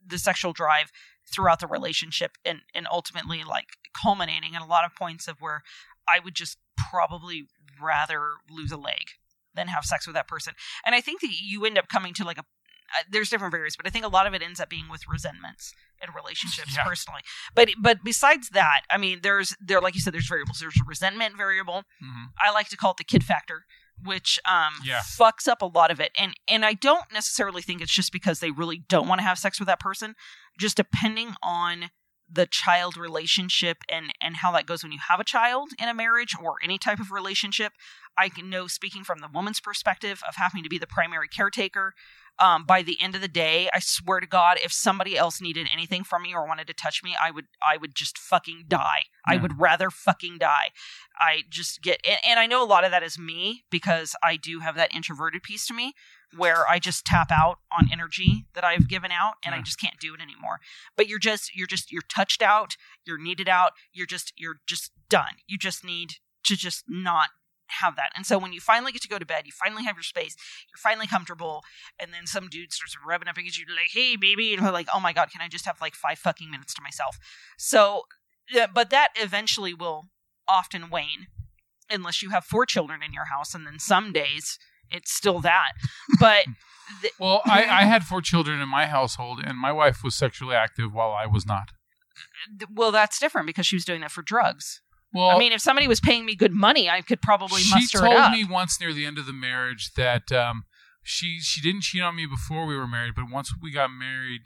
Speaker 2: the sexual drive throughout the relationship and and ultimately like culminating in a lot of points of where I would just probably rather lose a leg than have sex with that person. And I think that you end up coming to like a uh, there's different various, but I think a lot of it ends up being with resentments in relationships
Speaker 3: Yeah.
Speaker 2: personally. But but besides that, I mean, there's there like you said, there's variables. There's a resentment variable.
Speaker 3: hmm
Speaker 2: I like to call it the kid factor, which um,
Speaker 3: Yeah.
Speaker 2: fucks up a lot of it. And and I don't necessarily think it's just because they really don't want to have sex with that person. Just depending on the child relationship and and how that goes when you have a child in a marriage or any type of relationship. I can know speaking from the woman's perspective of having to be the primary caretaker. Um, by the end of the day, I swear to God, if somebody else needed anything from me or wanted to touch me, I would I would just fucking die. I
Speaker 3: Yeah.
Speaker 2: would rather fucking die. I just get and, and I know a lot of that is me because I do have that introverted piece to me where I just tap out on energy that I've given out and I
Speaker 3: Yeah.
Speaker 2: just can't do it anymore. But you're just you're just you're touched out, you're needed out, you're just you're just done. You just need to just not have that. And so when you finally get to go to bed, you finally have your space, you're finally comfortable, and then some dude starts rubbing up against you like, "Hey, baby," and you're like, "Oh my god, can I just have like five fucking minutes to myself?" So, yeah, but that eventually will often wane, unless you have four children in your house, and then some days it's still that.
Speaker 3: *laughs*
Speaker 2: But th-
Speaker 3: well I, I had four children in my household and my wife was sexually active while i was not
Speaker 2: th- well, that's different because she was doing that for drugs.
Speaker 3: well
Speaker 2: I mean, if somebody was paying me good money, I could probably
Speaker 3: she
Speaker 2: muster
Speaker 3: told
Speaker 2: it up.
Speaker 3: me once near the end of the marriage that um, she she didn't cheat on me before we were married, but once we got married,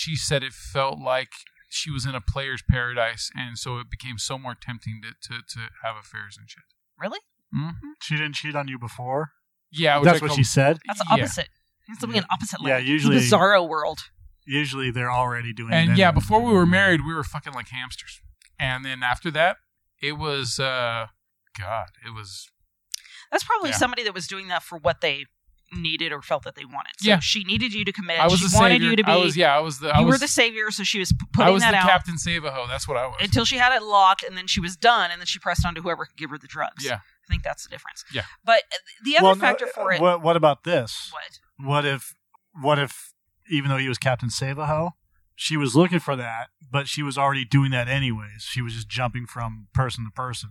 Speaker 3: she said it felt like she was in a player's paradise, and so it became so more tempting to to, to have affairs and shit.
Speaker 2: really?
Speaker 1: *laughs* She didn't cheat on you before.
Speaker 3: Yeah, which
Speaker 1: That's
Speaker 3: I
Speaker 1: what
Speaker 3: call-
Speaker 1: she said.
Speaker 2: That's
Speaker 3: Yeah.
Speaker 2: opposite. It's living in opposite
Speaker 1: Yeah,
Speaker 2: land.
Speaker 1: usually-
Speaker 2: bizarro world.
Speaker 1: Usually they're already doing it.
Speaker 3: And yeah,
Speaker 1: anyway.
Speaker 3: before we were married, we were fucking like hamsters, and then after that, it was uh, God, it was
Speaker 2: That's probably
Speaker 3: Yeah.
Speaker 2: somebody that was doing that for what they needed or felt that they wanted. So
Speaker 3: Yeah.
Speaker 2: she needed you to commit.
Speaker 3: I was
Speaker 2: she
Speaker 3: the
Speaker 2: wanted
Speaker 3: savior.
Speaker 2: you to be.
Speaker 3: I was yeah, I was the I
Speaker 2: you
Speaker 3: was
Speaker 2: were the savior, so she was p-
Speaker 3: I
Speaker 2: putting
Speaker 3: was
Speaker 2: that
Speaker 3: the
Speaker 2: out
Speaker 3: Captain Savaho. That's what I was.
Speaker 2: until she had it locked, and then she was done, and then she pressed on to whoever could give her the drugs.
Speaker 3: Yeah.
Speaker 2: I think that's the difference.
Speaker 3: Yeah.
Speaker 2: But uh, the other
Speaker 1: Well, no, uh,
Speaker 2: factor for it, what?
Speaker 1: What, what about this? What if, what if, even though he was Captain Savaho, she was looking for that, but she was already doing that anyways. She was just jumping from person to person,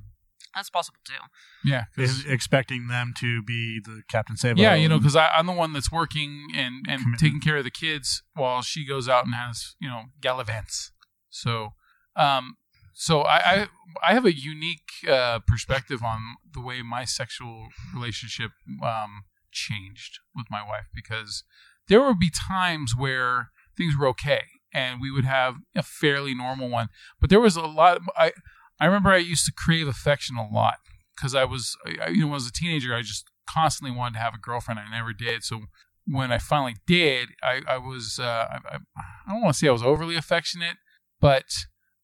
Speaker 2: That's possible too.
Speaker 3: Mm-hmm. yeah, 'cause-
Speaker 1: is expecting them to be the Captain Savaho.
Speaker 3: Yeah, you know, because I'm the one that's working and, and
Speaker 1: Commitment.
Speaker 3: taking care of the kids while she goes out and has you know gallivants. So, um, so I I, I have a unique uh, perspective on the way my sexual relationship um, changed with my wife because there would be times where things were okay and we would have a fairly normal one, but there was a lot. I I remember I used to crave affection a lot because I was, I, I- you know, when I was a teenager, I just constantly wanted to have a girlfriend. I never did. So when I finally did, I, I was, uh, I, I, I don't want to say I was overly affectionate, but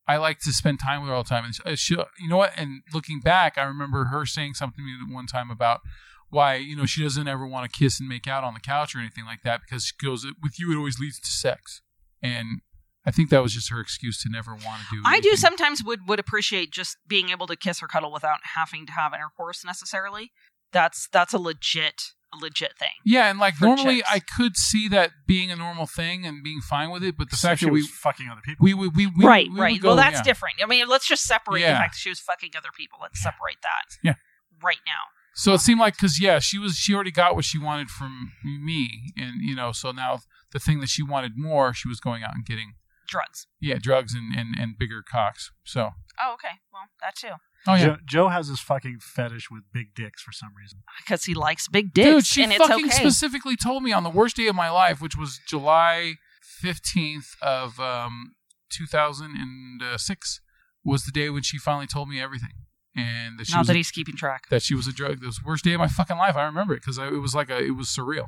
Speaker 3: I like to spend time with her all the time. And she, she, you know what? And looking back, I remember her saying something to me one time about why, you know, she doesn't ever want to kiss and make out on the couch or anything like that because she goes, with you, it always leads to sex. And I think that was just her excuse to never want to do.
Speaker 2: I do
Speaker 3: anything.
Speaker 2: sometimes would would appreciate just being able to kiss or cuddle without having to have intercourse necessarily. That's that's a legit a legit thing.
Speaker 3: Yeah, and like
Speaker 2: For
Speaker 3: normally
Speaker 2: chicks.
Speaker 3: I could see that being a normal thing and being fine with it, but the
Speaker 1: So
Speaker 3: fact
Speaker 1: she
Speaker 3: that we
Speaker 1: was fucking other people.
Speaker 3: we would we, we
Speaker 2: right,
Speaker 3: we would
Speaker 2: right.
Speaker 3: go-
Speaker 2: well, that's
Speaker 3: yeah.
Speaker 2: different. I mean, let's just separate the
Speaker 3: Yeah.
Speaker 2: fact that she was fucking other people. Let's separate that.
Speaker 3: Yeah.
Speaker 2: Right now.
Speaker 3: So it seemed like because yeah, she was she already got what she wanted from me, and you know, so now the thing that she wanted more, she was going out and getting
Speaker 2: Drugs.
Speaker 3: yeah drugs and and, and bigger cocks. So
Speaker 2: Oh, okay. Well, that too.
Speaker 3: oh yeah,
Speaker 1: Joe, Joe has this fucking fetish with big dicks for some reason.
Speaker 2: Because he likes big dicks.
Speaker 3: dude, she
Speaker 2: and it's
Speaker 3: fucking
Speaker 2: okay.
Speaker 3: specifically told me on the worst day of my life, which was July fifteenth of um, two thousand and six, was the day when she finally told me everything, and that she
Speaker 2: Not
Speaker 3: was
Speaker 2: that he's keeping track.
Speaker 3: that she was a drug. It was the worst day of my fucking life. I remember it because it was like a, it was surreal.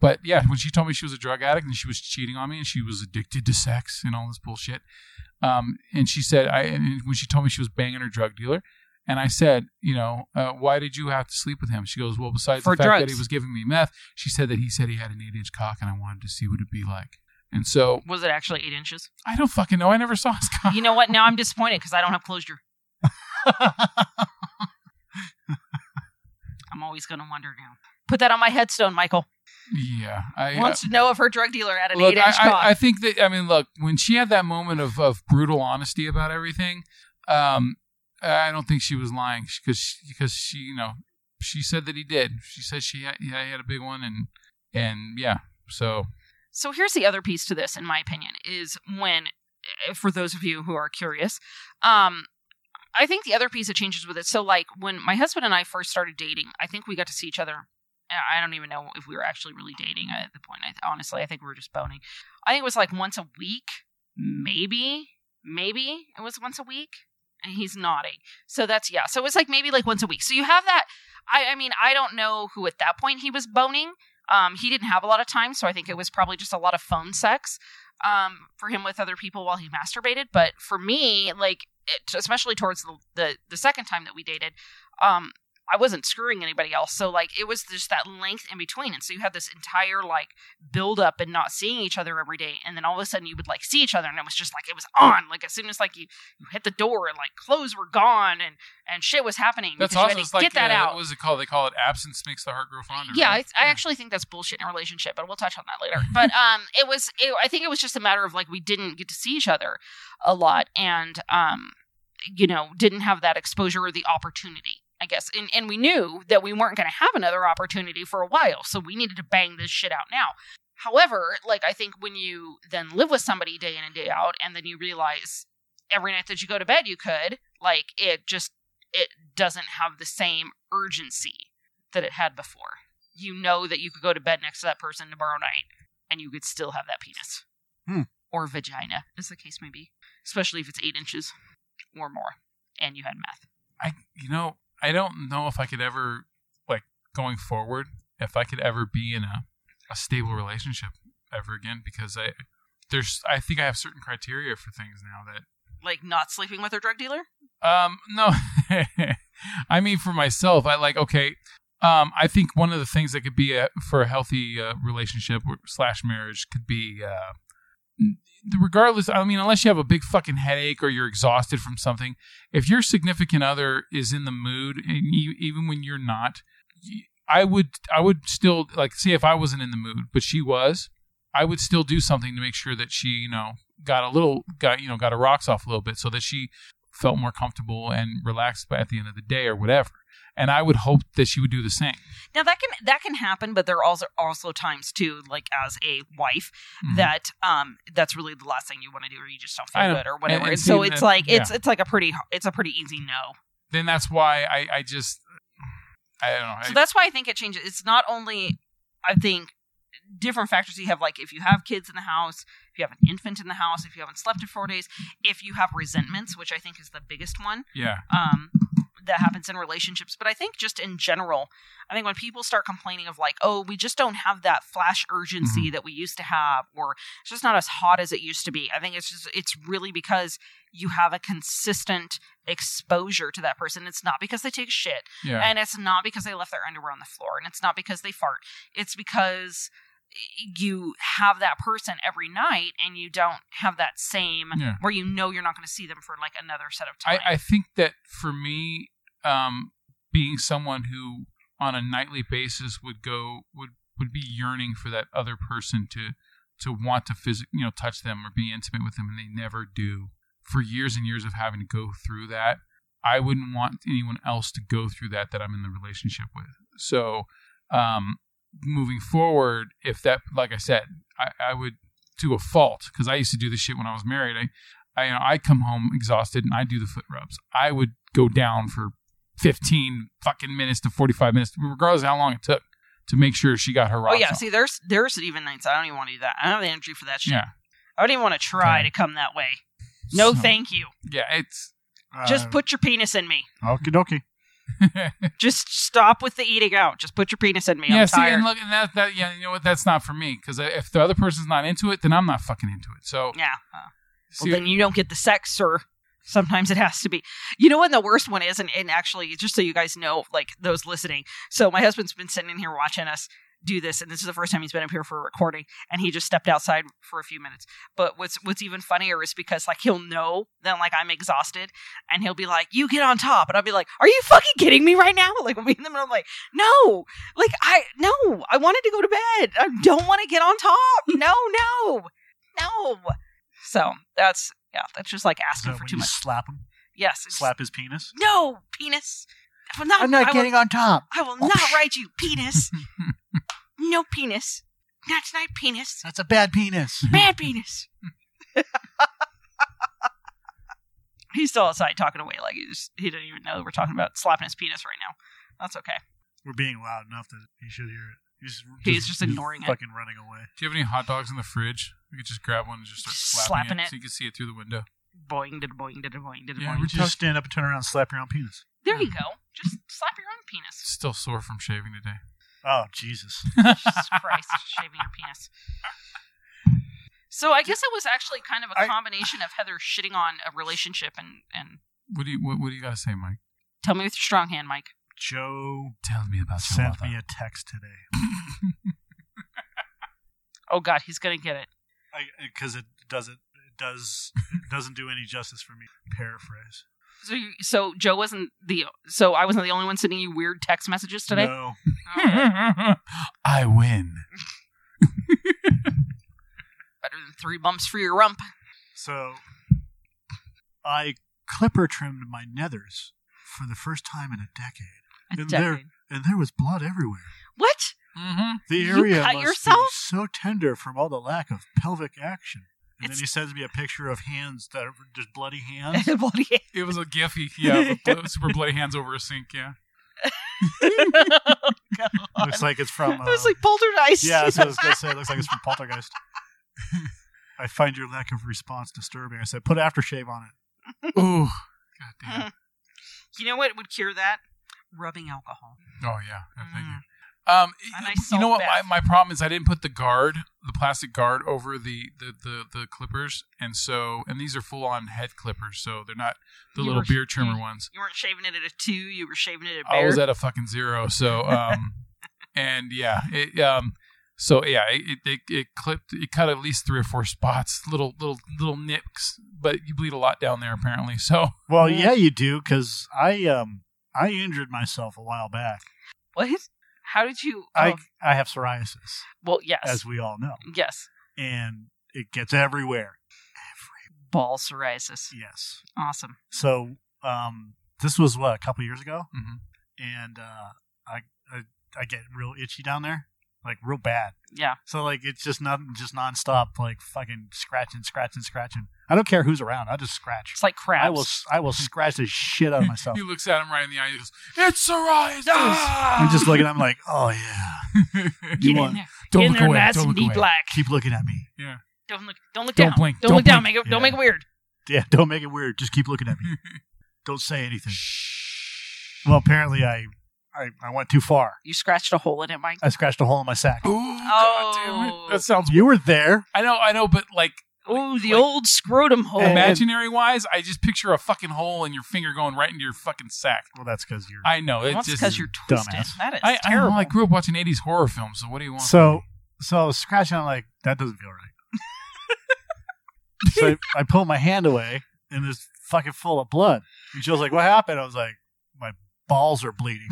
Speaker 3: But yeah, when she told me she was a drug addict and she was cheating on me and she was addicted to sex and all this bullshit, um, and she said, I and when she told me she was banging her drug dealer, and I said, you know, uh, why did you have to sleep with him? She goes, well, besides
Speaker 2: For
Speaker 3: the fact that
Speaker 2: drugs.
Speaker 3: he was giving me meth, she said that he said he had an eight inch cock and I wanted to see what it'd be like. And so
Speaker 2: Was it actually eight inches?
Speaker 3: I don't fucking know. I never saw his
Speaker 2: *laughs*
Speaker 3: cock.
Speaker 2: You know what? Now I'm disappointed because I don't have closure.
Speaker 3: *laughs*
Speaker 2: I'm always going to wonder now. Put that on my headstone, Michael.
Speaker 3: yeah, I
Speaker 2: Wants to know if her drug dealer had an
Speaker 3: look,
Speaker 2: eight inch
Speaker 3: I, I-
Speaker 2: cock.
Speaker 3: I think that I mean, look, when she had that moment of, of brutal honesty about everything, um, I don't think she was lying because she, because she, you know, she said that he did. She said she had, yeah, he had a big one, and and yeah, so
Speaker 2: So here's the other piece to this, in my opinion, is when, eh, for those of you who are curious, um, I think the other piece that changes with it. So like when my husband and I first started dating, I think we got to see each other. eh, I I don't even know if we were actually really dating at the point. I, honestly, I think we were just boning. I think it was like once a week, maybe, maybe it was once a week. And he's nodding. So that's yeah. So it's like maybe like once a week. So you have that. I, I mean, I don't know who at that point he was boning. Um, he didn't have a lot of time, so I think it was probably just a lot of phone sex um, for him with other people while he masturbated. But for me, like it, especially towards the, the the second time that we dated, um, I wasn't screwing anybody else, so like it was just that length in between, and so you had this entire like build up and not seeing each other every day, and then all of a sudden you would like see each other, and it was just like it was on. Like as soon as like you, you hit the door, and like clothes were gone, and and shit was happening.
Speaker 3: that's
Speaker 2: because you
Speaker 3: also
Speaker 2: had to
Speaker 3: it's like
Speaker 2: get that
Speaker 3: uh,
Speaker 2: out.
Speaker 3: What is it called? They call it absence makes the heart grow fonder.
Speaker 2: Yeah, I,
Speaker 3: right?
Speaker 2: I actually think that's bullshit in a relationship, but we'll touch on that later. But um, it was, it, I think it was just a matter of like we didn't get to see each other a lot, and um, you know, didn't have that exposure or the opportunity, I guess. And and we knew that we weren't going to have another opportunity for a while, so we needed to bang this shit out now. However, like I think when you then live with somebody day in and day out, and then you realize every night that you go to bed you could, like it just it doesn't have the same urgency that it had before you know that you could go to bed next to that person tomorrow night and you could still have that penis
Speaker 1: Hmm.
Speaker 2: or vagina, as the case may be, especially if it's eight inches or more and you had meth.
Speaker 3: I you know I don't know if I could ever like going forward if I could ever be in a a stable relationship ever again because I there's I think I have certain criteria for things now that
Speaker 2: Like not sleeping with a drug dealer?
Speaker 3: um no *laughs* I mean for myself I like okay um I think one of the things that could be a, for a healthy uh, relationship or slash marriage could be uh regardless I mean unless you have a big fucking headache or you're exhausted from something if your significant other is in the mood and you, even when you're not y- i would i would still like see if i wasn't in the mood but she was i would still do something to make sure that she you know got a little got you know got her rocks off a little bit so that she felt more comfortable and relaxed by- at the end of the day or whatever and i would hope that she would do the same Mm-hmm.
Speaker 2: Now that can that can happen, but there are also also times too, like as a wife,
Speaker 3: Mhm.
Speaker 2: that um that's really the last thing you want to do, or you just don't
Speaker 3: I
Speaker 2: feel
Speaker 3: know.
Speaker 2: good or whatever.
Speaker 3: and
Speaker 2: And, so
Speaker 3: see
Speaker 2: it's
Speaker 3: that-
Speaker 2: like
Speaker 3: yeah.
Speaker 2: it's it's like a pretty it's a pretty easy no.
Speaker 3: then that's why i i just i don't know I-
Speaker 2: So that's why I think it changes. It's not only, I think, different factors you have, like if you have kids in the house, if you have an infant in the house, if you haven't slept in four days, if you have resentments, which I think is the biggest one
Speaker 3: yeah
Speaker 2: um, that happens in relationships. But I think just in general, I think when people start complaining of like, oh, we just don't have that flash urgency that we used to have, or it's just not as hot as it used to be. I think it's just it's really because you have a consistent exposure to that person. It's not because they take a shit.
Speaker 3: yeah
Speaker 2: And it's not because they left their underwear on the floor, and it's not because they fart. It's because you have that person every night, and you don't have that same
Speaker 3: Yeah.
Speaker 2: where you know you're not going to see them for like another set of time.
Speaker 3: I, I think that for me, um, being someone who on a nightly basis would go would would be yearning for that other person to to want to phys- you know touch them or be intimate with them and they never do for years and years of having to go through that i wouldn't want anyone else to go through that that i'm in the relationship with so um moving forward if that like i said i, I would to a fault because i used to do this shit when i was married i I, you know, I come home exhausted and I do the foot rubs. I would go down for 15 fucking minutes to 45 minutes, regardless of how long it took to make sure she got her
Speaker 2: Oh
Speaker 3: rocks
Speaker 2: yeah,
Speaker 3: on.
Speaker 2: see, there's there's even nights I don't even want to do that. I don't have the energy for that shit.
Speaker 3: yeah.
Speaker 2: I don't even want to try
Speaker 3: Okay.
Speaker 2: to come that way. No,
Speaker 3: So, uh,
Speaker 2: thank you.
Speaker 3: Yeah, it's
Speaker 1: Uh,
Speaker 2: Just put your penis in me.
Speaker 1: Okie dokie.
Speaker 2: Just stop with the eating out. Just put your penis in me.
Speaker 3: yeah.
Speaker 2: I'm
Speaker 3: See,
Speaker 2: tired.
Speaker 3: and look, and that, that yeah, you know what? That's not for me because if the other person's not into it, then I'm not fucking into it. So
Speaker 2: yeah. uh,
Speaker 3: see,
Speaker 2: well, then you don't get the sex, sir. Sometimes it has to be. You know what the worst one is, and, and actually, just so you guys know, like those listening. So my husband's been sitting in here watching us do this, and this is the first time he's been up here for a recording, and he just stepped outside for a few minutes. But what's what's even funnier is because like he'll know that like I'm exhausted, and he'll be like, "You get on top," and I'll be like, "Are you fucking kidding me right now?" *laughs* Like we'll be in the middle, I'm like, "No, like I no, I wanted to go to bed. I don't want to get on
Speaker 1: *laughs*
Speaker 2: top. No, no, no." So that's yeah, that's just like
Speaker 1: Is
Speaker 2: asking
Speaker 1: that
Speaker 2: for
Speaker 1: when
Speaker 2: too
Speaker 1: you
Speaker 2: much.
Speaker 1: slap him?
Speaker 2: Yes, it's-
Speaker 1: Slap his penis?
Speaker 2: No, penis. I'm not,
Speaker 1: I'm not
Speaker 2: I
Speaker 1: getting
Speaker 2: will,
Speaker 1: on top.
Speaker 2: I
Speaker 1: *laughs*
Speaker 2: will not ride you, penis. no penis. Not tonight, penis.
Speaker 1: That's a bad penis.
Speaker 2: Bad penis. *laughs* he's still outside talking away like he's, he didn't even know we're talking about slapping his penis right now. That's okay.
Speaker 1: We're being loud enough that he should hear it. He's,
Speaker 2: He's just ignoring it.
Speaker 1: fucking running away.
Speaker 3: do you have any hot dogs in the fridge? We could just grab one and just start
Speaker 2: Just
Speaker 3: slapping,
Speaker 2: slapping
Speaker 3: it,
Speaker 2: it.
Speaker 3: so you can see it through the window.
Speaker 2: Boing, did boing, did boing, did
Speaker 3: Yeah,
Speaker 2: boing.
Speaker 3: we
Speaker 1: Would you just stand up and turn around and slap your own penis?
Speaker 2: There you go. Just slap your own penis.
Speaker 3: Still sore from shaving today.
Speaker 1: Oh, Jesus. *laughs*
Speaker 2: Jesus Christ, shaving your penis. So I guess it was actually kind of a
Speaker 1: I-
Speaker 2: combination of Heather shitting on a relationship and and
Speaker 3: What do you what, what do you got to say, Mike?
Speaker 2: tell me with your strong hand, Mike.
Speaker 1: Joe
Speaker 3: Tell me about your
Speaker 1: sent
Speaker 3: mother.
Speaker 1: me a text today.
Speaker 2: Oh God, he's gonna get it.
Speaker 1: Because it doesn't it does it doesn't do any justice for me. Paraphrase.
Speaker 2: So you, so Joe wasn't the so I wasn't the only one sending you weird text messages today.
Speaker 1: No.
Speaker 2: Oh, *laughs*
Speaker 3: I win.
Speaker 2: better than Mm, three bumps for your rump.
Speaker 1: So I clipper trimmed my nethers for the first time in a decade,
Speaker 2: A
Speaker 1: Been
Speaker 2: decade.
Speaker 1: there. and there was blood everywhere.
Speaker 2: What?
Speaker 3: Mm-hmm.
Speaker 1: The
Speaker 2: You
Speaker 1: area
Speaker 2: cut
Speaker 1: must be
Speaker 2: yourself?
Speaker 1: so tender from all the lack of pelvic action. And
Speaker 2: It's- *laughs*
Speaker 1: then he sends me a picture of hands that are just bloody hands.
Speaker 2: Bloody
Speaker 1: *laughs*
Speaker 2: *laughs* hell.
Speaker 3: It was a gif. Yeah, with blo- *laughs* super bloody hands over a sink. Yeah.
Speaker 1: looks like it's from.
Speaker 2: Oh, it
Speaker 1: Uh,
Speaker 2: was like poltergeist.
Speaker 1: yeah,
Speaker 2: *laughs*
Speaker 1: that's what I was gonna say. It looks like it's from Poltergeist. *laughs* I find your lack of response disturbing. I said, put aftershave on it.
Speaker 3: Ooh. God damn.
Speaker 2: *laughs* you know what would cure that? Rubbing alcohol.
Speaker 3: Oh yeah, yeah, thank
Speaker 2: Mm.
Speaker 3: you. Um,
Speaker 2: A
Speaker 3: y-
Speaker 2: nice
Speaker 3: you know
Speaker 2: salt
Speaker 3: what? My, my problem is I didn't put the guard, the plastic guard, over the the the, the clippers, and so and these are full on head clippers, so they're not the
Speaker 2: You
Speaker 3: little
Speaker 2: were-
Speaker 3: beard trimmer ones.
Speaker 2: You weren't shaving it at a two. You were shaving it at a
Speaker 3: I
Speaker 2: bear.
Speaker 3: was at a fucking zero, so
Speaker 2: *laughs*
Speaker 3: um, and yeah, it um, so yeah, it it, it it clipped, it cut at least three or four spots, little little little nicks, but you bleed a lot down there apparently. So
Speaker 1: Well,
Speaker 2: Yeah.
Speaker 1: yeah, you do, because I um I injured myself a while back.
Speaker 2: what? How did you?
Speaker 1: I
Speaker 2: oh,
Speaker 1: I have psoriasis,
Speaker 2: well, yes,
Speaker 1: as we all know,
Speaker 2: yes,
Speaker 1: and it gets everywhere.
Speaker 2: ball psoriasis.
Speaker 1: Yes.
Speaker 2: Awesome.
Speaker 1: So um, this was what a couple years ago.
Speaker 3: mhm.
Speaker 2: Mm-hmm.
Speaker 1: and uh, I, I I get real itchy down there, like real bad.
Speaker 2: Yeah.
Speaker 1: So like it's just not just nonstop, like fucking scratching, scratching, scratching. I don't care who's around. I just scratch.
Speaker 2: It's like crabs.
Speaker 1: I will I will scratch the shit out of
Speaker 2: *laughs*
Speaker 1: myself.
Speaker 3: he looks at him right in the eye. He goes, "It's psoriasis."
Speaker 2: Ah!
Speaker 3: *laughs*
Speaker 1: I'm just looking.
Speaker 2: *laughs*
Speaker 1: I'm like, oh yeah.
Speaker 2: Get
Speaker 1: You
Speaker 2: in
Speaker 1: want-
Speaker 2: there.
Speaker 3: Don't
Speaker 2: Get in
Speaker 3: look
Speaker 2: there,
Speaker 3: away.
Speaker 2: lads, and
Speaker 3: Don't look
Speaker 2: be
Speaker 3: away.
Speaker 2: black.
Speaker 1: Keep looking at me.
Speaker 2: Don't look. Don't look
Speaker 3: Don't
Speaker 2: down.
Speaker 3: blink.
Speaker 2: Don't,
Speaker 3: Don't
Speaker 2: look down. Make it. Don't
Speaker 1: Yeah.
Speaker 2: make it weird.
Speaker 1: Yeah. Don't make it weird. Just keep looking
Speaker 2: *laughs*
Speaker 1: at me. Don't say anything. Well, apparently I I, I went too far.
Speaker 2: You scratched a hole in it, Mike.
Speaker 1: I scratched a hole in my sack.
Speaker 3: Ooh,
Speaker 2: Oh.
Speaker 3: God damn it. That sounds.
Speaker 1: You were there.
Speaker 3: I know, I know, but like
Speaker 2: Oh, the
Speaker 3: like-
Speaker 2: old scrotum hole.
Speaker 1: And-
Speaker 3: imaginary wise, I just picture a fucking hole and your finger going right into your fucking sack.
Speaker 1: Well, that's because you're.
Speaker 3: I know. It's
Speaker 2: That's
Speaker 3: just
Speaker 2: because you're twisted.
Speaker 1: dumbass.
Speaker 2: That is
Speaker 3: I, I, know,
Speaker 2: terrible.
Speaker 3: I grew up watching '80s horror films, so what do you want?
Speaker 1: *laughs* So, so I was scratching. I'm like, that doesn't feel right. so I, I pulled my hand away, and it's fucking full of blood. And she was like, "What happened?" I was like, "My balls are bleeding.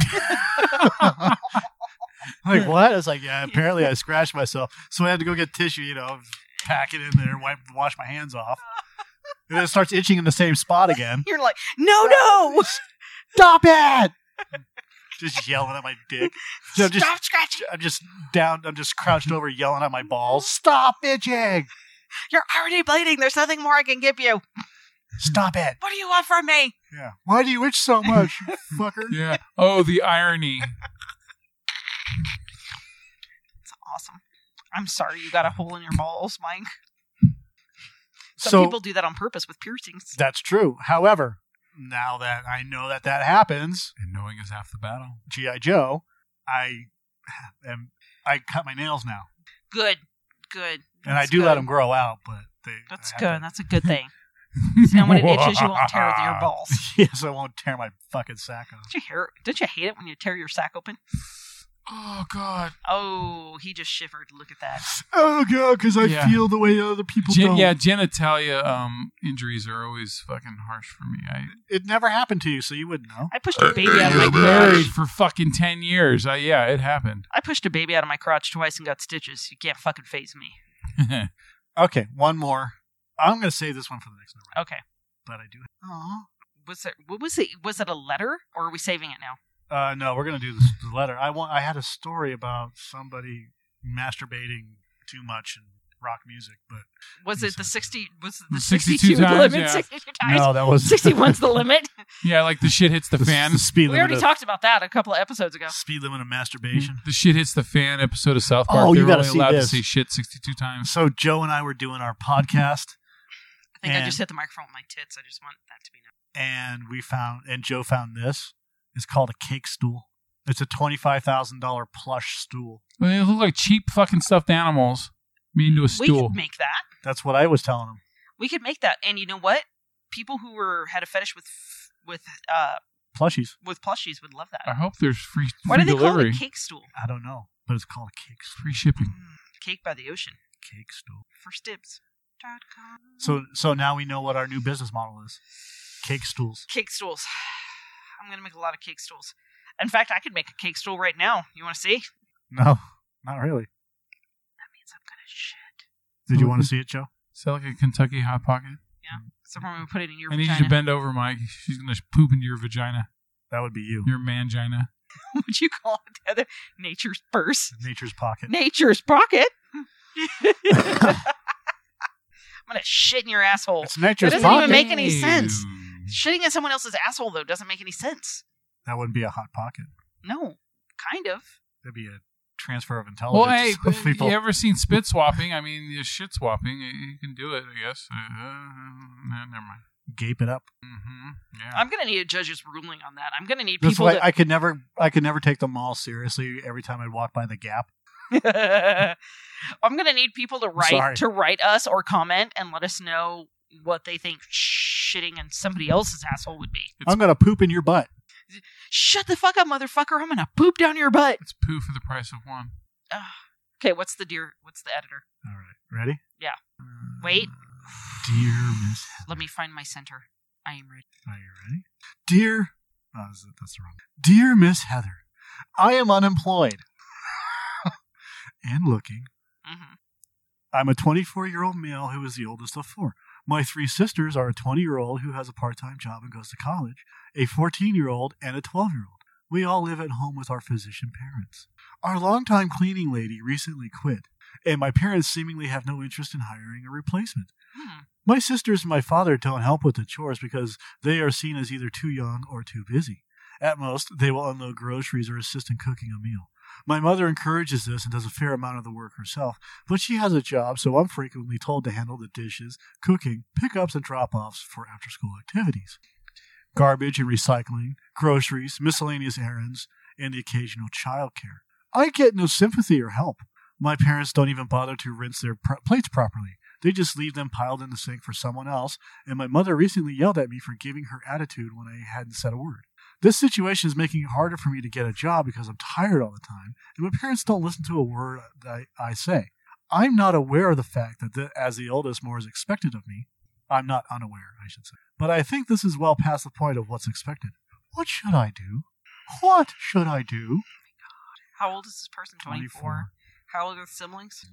Speaker 1: *laughs* like what? It's like yeah. Apparently, I scratched myself, so I had to go get tissue. You know, pack it in there, wipe, wash my hands off. And then it starts itching in the same spot again.
Speaker 2: You're like, no, no,
Speaker 1: Stop it! Just yelling at my dick. No, just
Speaker 2: stop scratching.
Speaker 1: I'm just down. I'm just crouched over, yelling at my balls. Stop itching!
Speaker 2: You're already bleeding. There's nothing more I can give you.
Speaker 1: Stop it!
Speaker 2: What do you want from me?
Speaker 1: Yeah. Why do you itch so much, *laughs* you fucker?
Speaker 3: Yeah. Oh, the irony.
Speaker 2: It's awesome. I'm sorry you got a hole in your balls, Mike. Some
Speaker 1: so
Speaker 2: people do that on purpose with piercings.
Speaker 1: that's true. However, now that I know that that happens,
Speaker 3: And knowing is half the battle.
Speaker 1: GI Joe, I am. I cut my nails now,
Speaker 2: Good, good.
Speaker 1: and
Speaker 2: That's
Speaker 1: I do let
Speaker 2: good.
Speaker 1: them grow out, but they.
Speaker 2: That's
Speaker 1: I
Speaker 2: good.
Speaker 1: have
Speaker 2: That's a good
Speaker 1: *laughs*
Speaker 2: thing. So now when it itches, you won't tear
Speaker 3: *laughs*
Speaker 2: your balls.
Speaker 1: to- *laughs* yes, I won't tear my fucking sack off.
Speaker 2: Did you hear? Did you hate it when you tear your sack open?
Speaker 3: Oh God.
Speaker 2: Oh, he just shivered. Look at that.
Speaker 1: Oh god, because I
Speaker 3: Yeah.
Speaker 1: feel the way other people
Speaker 3: Gen-
Speaker 1: don't.
Speaker 3: yeah, genitalia um, injuries are always fucking harsh for me. I
Speaker 1: It never happened to you, so you wouldn't know.
Speaker 2: I pushed a baby out of my *laughs*
Speaker 3: was
Speaker 2: crotch.
Speaker 3: married for fucking ten years. I, yeah, it happened. *laughs*
Speaker 2: I pushed a baby out of my crotch twice and got stitches. You can't fucking phase me.
Speaker 1: Okay, one more. I'm gonna save this one for the next number,
Speaker 2: Okay.
Speaker 1: but I do. Aww.
Speaker 2: Was it? What was it? Was it a letter, or are we saving it now?
Speaker 1: Uh, no, we're gonna do this, the letter. I want. I had a story about somebody masturbating too much and rock music, but
Speaker 2: Was it the
Speaker 1: Exactly.
Speaker 2: sixty? Was it the
Speaker 3: 62
Speaker 2: sixty-two the
Speaker 3: times,
Speaker 2: limit?
Speaker 3: yeah.
Speaker 2: Sixty-two times.
Speaker 1: that was
Speaker 2: 61's the
Speaker 3: *laughs*
Speaker 2: limit.
Speaker 3: yeah, like the shit hits
Speaker 1: *laughs*
Speaker 3: the
Speaker 1: the,
Speaker 3: fan.
Speaker 1: the speed
Speaker 2: We
Speaker 1: limit.
Speaker 2: already
Speaker 1: Of,
Speaker 2: talked about that a couple of episodes ago.
Speaker 1: speed limit of masturbation.
Speaker 3: The shit hits the fan episode of South Park.
Speaker 1: Oh,
Speaker 3: they
Speaker 1: you
Speaker 3: were
Speaker 1: gotta
Speaker 3: only
Speaker 1: see
Speaker 3: allowed
Speaker 1: this.
Speaker 3: to say shit sixty-two times.
Speaker 1: So Joe and I were doing our podcast,
Speaker 2: I think I
Speaker 1: And-
Speaker 2: just hit the microphone with my tits. I just want that to be known.
Speaker 1: and we found, and Joe found this. It's called a cake stool. It's a twenty-five thousand dollar plush stool.
Speaker 3: They look like cheap fucking stuffed animals made into a
Speaker 2: We
Speaker 3: stool.
Speaker 2: could make that.
Speaker 1: That's what I was telling him.
Speaker 2: We could make that. And you know what? People who were had a fetish with with uh
Speaker 1: Plushies.
Speaker 2: with plushies would love
Speaker 3: I
Speaker 2: that.
Speaker 3: hope there's free,
Speaker 2: Why
Speaker 3: free
Speaker 2: do they call
Speaker 3: delivery,
Speaker 2: it a cake stool?
Speaker 3: *clears throat*
Speaker 1: I don't know, but it's called a cake stool.
Speaker 3: free shipping.
Speaker 2: Mm, Cake by the ocean
Speaker 1: Cake stool.
Speaker 2: for stibs. Dot com.
Speaker 1: So, so now we know what our new business model is: cake stools.
Speaker 2: cake stools. *sighs* I'm gonna make a lot of cake stools. In fact, I could make a cake stool right now. You want to see?
Speaker 1: No, *laughs* not really.
Speaker 2: That means I'm gonna shit.
Speaker 1: Did you want to see it, Joe?
Speaker 3: Is that like a Kentucky hot pocket?
Speaker 2: So we're gonna put it in your
Speaker 3: I need
Speaker 2: *laughs*
Speaker 3: you
Speaker 2: vagina.
Speaker 3: to bend over, Mike. She's gonna poop into your vagina,
Speaker 1: That would be you.
Speaker 3: your mangina.
Speaker 2: Would you call it the other nature's purse?
Speaker 1: Nature's
Speaker 2: *laughs*
Speaker 1: pocket. *laughs*
Speaker 2: Nature's pocket. I'm gonna shit in your asshole.
Speaker 3: *laughs*
Speaker 1: It's nature's
Speaker 2: That doesn't
Speaker 1: pocket.
Speaker 2: even make any sense.
Speaker 3: Ew.
Speaker 2: Shitting in someone else's asshole though doesn't make any sense.
Speaker 1: that wouldn't be a hot pocket.
Speaker 2: No, kind of.
Speaker 1: That'd be a transfer of
Speaker 3: Well,
Speaker 1: intelligence.
Speaker 3: hey,
Speaker 1: of *laughs*
Speaker 2: *laughs*
Speaker 1: people.
Speaker 3: you ever seen spit swapping? I mean, you shit swapping. You- You can do it, I guess. Uh, no, never mind.
Speaker 1: gape it up.
Speaker 3: hmm Yeah.
Speaker 2: I'm gonna need a judge's ruling on that. I'm gonna need
Speaker 1: That's
Speaker 2: people
Speaker 1: why
Speaker 2: to.
Speaker 1: I could never, I could never take them all seriously. Every time I'd walk by the Gap,
Speaker 2: *laughs* I'm gonna need people to
Speaker 1: sorry.
Speaker 2: write to write us or comment and let us know what they think shitting in somebody else's asshole would be.
Speaker 3: It's-
Speaker 1: I'm gonna poop in your butt.
Speaker 2: Shut the fuck up, motherfucker! I'm gonna poop down your butt.
Speaker 3: It's poo for the price of one.
Speaker 2: Ugh. Okay, what's the dear? What's the editor?
Speaker 1: All right, ready? Uh,
Speaker 2: Yeah. Wait.
Speaker 1: Dear Miss,
Speaker 2: Let me find my center. I am ready.
Speaker 1: are you ready? Dear, oh, is that- that's the wrong. Dear Miss Heather, I am unemployed *laughs* and looking
Speaker 2: hmm
Speaker 1: I'm a 24 year old male who is the oldest of four. My three sisters are a 20 year old who has a part time job and goes to college, a 14 year old, and a 12 year old. We all live at home with our physician parents. Our longtime cleaning lady recently quit, and my parents seemingly have no interest in hiring a replacement.
Speaker 2: Hmm.
Speaker 1: My sisters and my father don't help with the chores because they are seen as either too young or too busy. At most, they will unload groceries or assist in cooking a meal. My mother encourages this and does a fair amount of the work herself, but she has a job, so I'm frequently told to handle the dishes, cooking, pickups, and drop offs for after school activities. Garbage and recycling, groceries, miscellaneous errands, and the occasional childcare. I get no sympathy or help. My parents don't even bother to rinse their pr- plates properly. They just leave them piled in the sink for someone else, and my mother recently yelled at me for giving her attitude when I hadn't said a word. This situation is making it harder for me to get a job because I'm tired all the time, and my parents don't listen to a word that I, I say. I'm not aware of the fact that, the, as the oldest, more is expected of me. I'm not unaware, I should say. But I think this is well past the point of what's expected. What should I do? What should I do?
Speaker 2: How old is this person? 24.
Speaker 1: 24.
Speaker 2: How old are the siblings?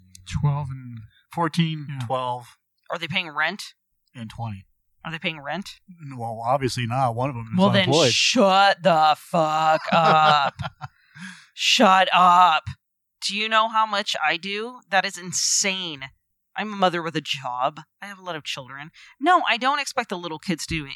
Speaker 3: 12 and
Speaker 1: 14,
Speaker 3: Yeah.
Speaker 1: 12,
Speaker 2: Are they paying rent?
Speaker 1: and 20.
Speaker 2: Are they paying rent?
Speaker 1: Well, obviously not. One of them is
Speaker 2: well, then
Speaker 1: unemployed.
Speaker 2: shut the *laughs* fuck up. shut up. Do you know how much I do? That is insane. I'm a mother with a job. I have a lot of children. No, I don't expect the little kids to do uh,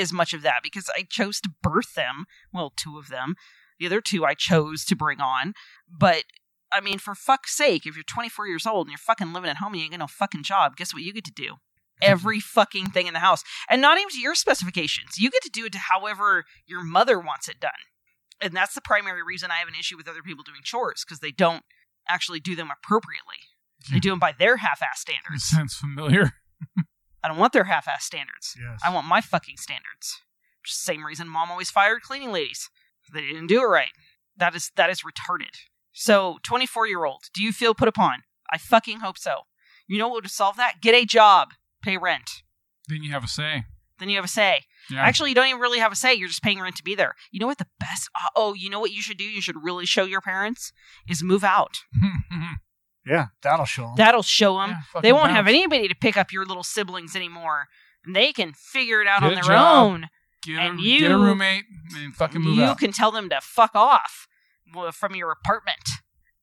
Speaker 2: as much of that because I chose to birth them. Well, two of them. The other two I chose to bring on. But, I mean, for fuck's sake, if you're 24 years old and you're fucking living at home and you ain't got no fucking job, guess what you get to do? Every fucking thing in the house and not even to your specifications. You get to do it to however your mother wants it done. And that's the primary reason I have an issue with other people doing chores because they don't actually do them appropriately. They do them by their half ass
Speaker 3: It
Speaker 2: standards.
Speaker 3: *laughs* sounds familiar.
Speaker 2: I don't want their half ass standards.
Speaker 1: yes.
Speaker 2: I want my fucking standards. Which is the same reason mom always fired cleaning ladies. They didn't do it right. That is that is retarded. So, 24 year old, do you feel put upon? I fucking hope so. You know what would solve that? Get a job, pay rent.
Speaker 3: Then you have a say.
Speaker 2: Then you have a say.
Speaker 3: Yeah. *laughs*
Speaker 2: Actually, you don't even really have a say. You're just paying rent to be there. You know what the best? Uh, oh, you know what you should do? You should really show your parents is move out.
Speaker 1: yeah, that'll show 'em.
Speaker 2: That'll show them.
Speaker 3: Yeah, fucking
Speaker 2: Um, they won't
Speaker 3: bounce.
Speaker 2: have anybody to pick up your little siblings anymore. And they can figure it out
Speaker 3: Get
Speaker 2: on
Speaker 3: a
Speaker 2: their
Speaker 3: job.
Speaker 2: own.
Speaker 3: Get a,
Speaker 2: and
Speaker 3: get a
Speaker 2: you-
Speaker 3: roommate and fucking move
Speaker 2: you
Speaker 3: out.
Speaker 2: can tell them to fuck off well, from your apartment